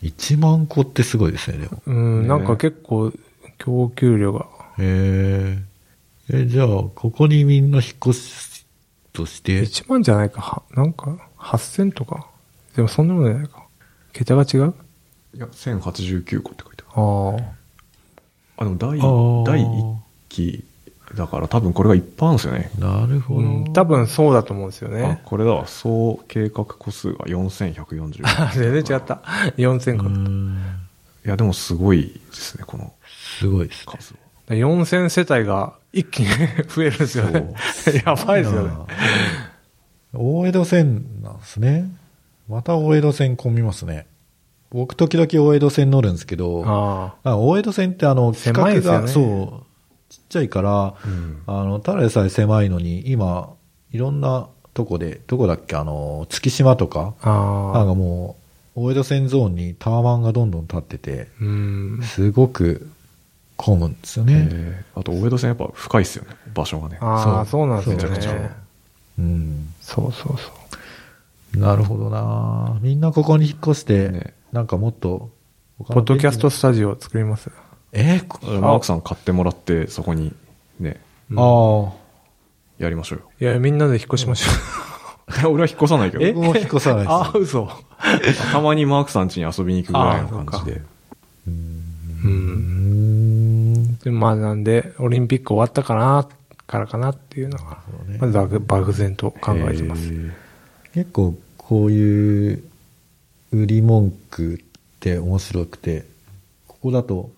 Speaker 2: 1万個ってすごいですね、でも。
Speaker 1: うん、なんか結構、供給量が。
Speaker 2: へえ。え、じゃあ、ここにみんな引っ越しとして、
Speaker 1: 1万じゃないか、はなんか、8000とか。でもそんなもんじゃないか。桁が違う
Speaker 3: あ。いや、1089個って書いてある。
Speaker 1: あ
Speaker 3: あ、
Speaker 1: あ。
Speaker 3: でも第、
Speaker 2: あー
Speaker 3: 第1期、だから多分これが一般ですよね。
Speaker 2: なるほ
Speaker 1: う
Speaker 2: ど。
Speaker 1: ん、多分そうだと思うんですよ
Speaker 3: あ
Speaker 1: ね。
Speaker 3: これだわ。総計画個数が4140。
Speaker 1: 全然違った。4000
Speaker 2: う
Speaker 1: 個。
Speaker 2: ん
Speaker 3: いや、でもすごいですね、この
Speaker 2: すごいですね。
Speaker 3: 数は。
Speaker 1: 4000世帯が一気に 増えるんですよね。やばいですよね。
Speaker 2: 大江戸線なんですね。また大江戸線混みますね。僕時々大江戸線乗るんですけど、
Speaker 1: あ
Speaker 2: あ大江戸線ってあの、規
Speaker 1: 狭いで
Speaker 2: 格
Speaker 1: すよ
Speaker 2: が、
Speaker 1: ね
Speaker 2: そう、ちっちゃいから、あの、ただでさえ狭いのに、今、いろんなとこで、どこだっけ、あの、月島とか、なん
Speaker 1: ああ。
Speaker 2: かもう、大江戸線ゾーンにタワマンがどんどん立ってて、
Speaker 1: うん。
Speaker 2: すごく混むんですよね。
Speaker 3: えーあと、大江戸線やっぱ深いっすよね、場所がね。
Speaker 1: ああ、
Speaker 2: そ
Speaker 1: そ
Speaker 2: う
Speaker 1: うなんですよ
Speaker 2: そうめちゃくち
Speaker 1: ね
Speaker 2: ゃ。うん。
Speaker 1: そうそうそう。
Speaker 2: なるほどなみんなここに引っ越して、
Speaker 3: ね
Speaker 2: なんかもっと、他
Speaker 1: ポ
Speaker 2: の
Speaker 1: ッドキャストスタジオを作ります。
Speaker 2: えーこ
Speaker 3: あマークさん買ってもらって、そこにね、
Speaker 2: あ
Speaker 3: やりましょうよ。
Speaker 1: いや、みんなで引っ越しましょ
Speaker 3: 俺は引っ越さないけ
Speaker 2: あ。僕
Speaker 3: ど、
Speaker 2: も引っ越さな
Speaker 1: う。
Speaker 2: いです。
Speaker 1: ああ、嘘。
Speaker 3: たまにマークさん家に遊びに行くぐらいの感じ
Speaker 1: あー
Speaker 3: で。
Speaker 1: う。
Speaker 2: うんーん。
Speaker 1: でまあ、なんで、オリンピック終わったかな、からかなっていうのが、まず漠漠然と考えてます
Speaker 3: へ。ー
Speaker 2: 結構こういう売り文句って面白くて、ここだと、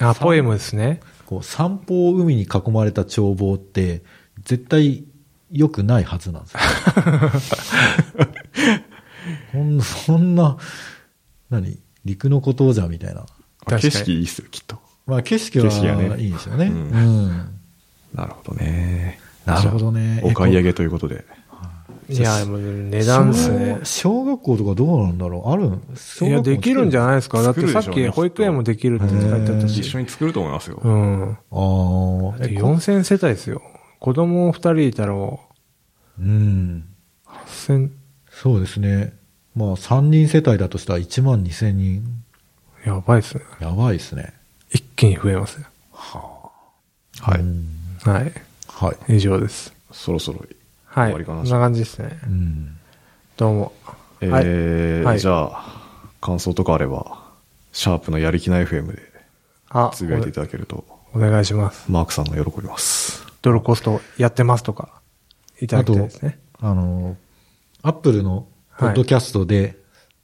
Speaker 1: あ、ポエムですね。
Speaker 2: こう散歩を海に囲まれた眺望って、絶対良くないはずなんですよ。こんな、そんな、何陸の孤島じゃんみたいな。
Speaker 3: あ
Speaker 1: 確かに
Speaker 3: 景色いいっすよ、きっと。
Speaker 2: まあ景色
Speaker 3: 景色が
Speaker 2: は
Speaker 3: ね
Speaker 2: いいですよね。
Speaker 3: う
Speaker 2: うんん。
Speaker 3: なるほどね。
Speaker 2: なるほどね。
Speaker 3: お買い上げということで。
Speaker 1: いや、もう値段ですね
Speaker 2: 小。小学校とかどうなんだろうあるん
Speaker 1: いや、できるんじゃ
Speaker 2: ない
Speaker 1: ないですか。だってさ
Speaker 3: 作るで
Speaker 1: っ
Speaker 3: しょう
Speaker 1: き
Speaker 3: ね
Speaker 1: 保育園もできるって書いてあった
Speaker 3: 一
Speaker 1: し。
Speaker 3: 緒に作ると思いますよ。
Speaker 1: うん。
Speaker 2: ああ。えこ
Speaker 1: 4000世帯ですよ。子供2人いたら、
Speaker 2: うん。
Speaker 1: 8000、
Speaker 2: そうですね。まあ3人世帯だとしたら1万2000人。
Speaker 1: やばいですね。
Speaker 2: やばいですね。
Speaker 1: 一気に増えますね。
Speaker 3: は
Speaker 2: う
Speaker 3: い。
Speaker 2: ん
Speaker 1: はい。
Speaker 2: はい。
Speaker 1: 以上です。
Speaker 3: そろそろ。
Speaker 1: は
Speaker 3: 終
Speaker 1: い。
Speaker 3: わりか
Speaker 1: こ
Speaker 3: なん
Speaker 1: な感じですね。
Speaker 2: うん。
Speaker 1: どうも。
Speaker 3: え
Speaker 1: は
Speaker 3: ー、
Speaker 1: い
Speaker 3: じゃあ、感想とかあれば、シャープのやる気ない FM で
Speaker 1: あ
Speaker 3: つぶやいていただけると、
Speaker 1: お願いします。
Speaker 3: マークさんが喜びます。
Speaker 1: ドルコストやってますとか、いただきたいですね。
Speaker 2: あの、アップルのポッドキャストで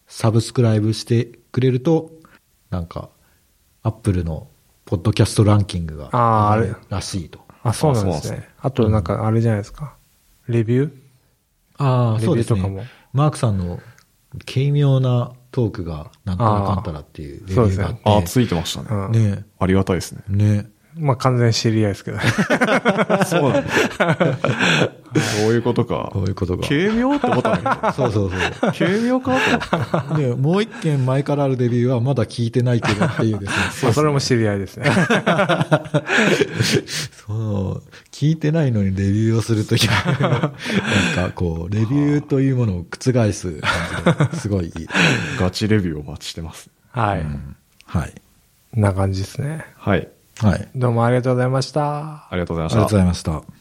Speaker 2: サブスクライブしてくれると、なんか、アップルのポッドキャストランキングが
Speaker 1: あーあれ
Speaker 2: 上がるらしいと。
Speaker 1: あ、そうなんで
Speaker 3: あそ
Speaker 1: す
Speaker 3: うなん
Speaker 1: ね。あとなんかあれじゃないですか。レビュー
Speaker 2: ああ、
Speaker 1: レビ
Speaker 2: そ
Speaker 1: ュ
Speaker 2: うで
Speaker 1: ー
Speaker 2: す
Speaker 1: とかも
Speaker 2: ね。マークさんの軽妙なトークがなんたらかんたらっていうレビューがあって。
Speaker 3: あー、ついてましたね。
Speaker 1: うん。
Speaker 2: ね
Speaker 3: ありがたいですね。
Speaker 2: え。ね
Speaker 1: まあ完全に知り合いですけどね。
Speaker 3: そうなんだ。そういうことか
Speaker 2: え。こういうことが。
Speaker 3: 軽 妙って思ったんだ
Speaker 2: そうそうそ
Speaker 3: けど。軽妙かと思った。
Speaker 2: う。ねえもう一件前からあるレビューはまだ聞いてないけどっていう ですね。
Speaker 1: まあそれも知り合いですね。
Speaker 2: そう、聞いてないのにレビューをするとき は、なんかこう、レビューというものを覆す感じですごいいい。
Speaker 3: ガチレビューをお待ちしてます。
Speaker 1: はい。
Speaker 2: はい。
Speaker 1: こんな感じですね。
Speaker 3: はい。
Speaker 2: はい。あり
Speaker 1: どうもありがとうございました。
Speaker 3: ありがとうございま
Speaker 2: が
Speaker 3: した
Speaker 2: とうご。ざいました。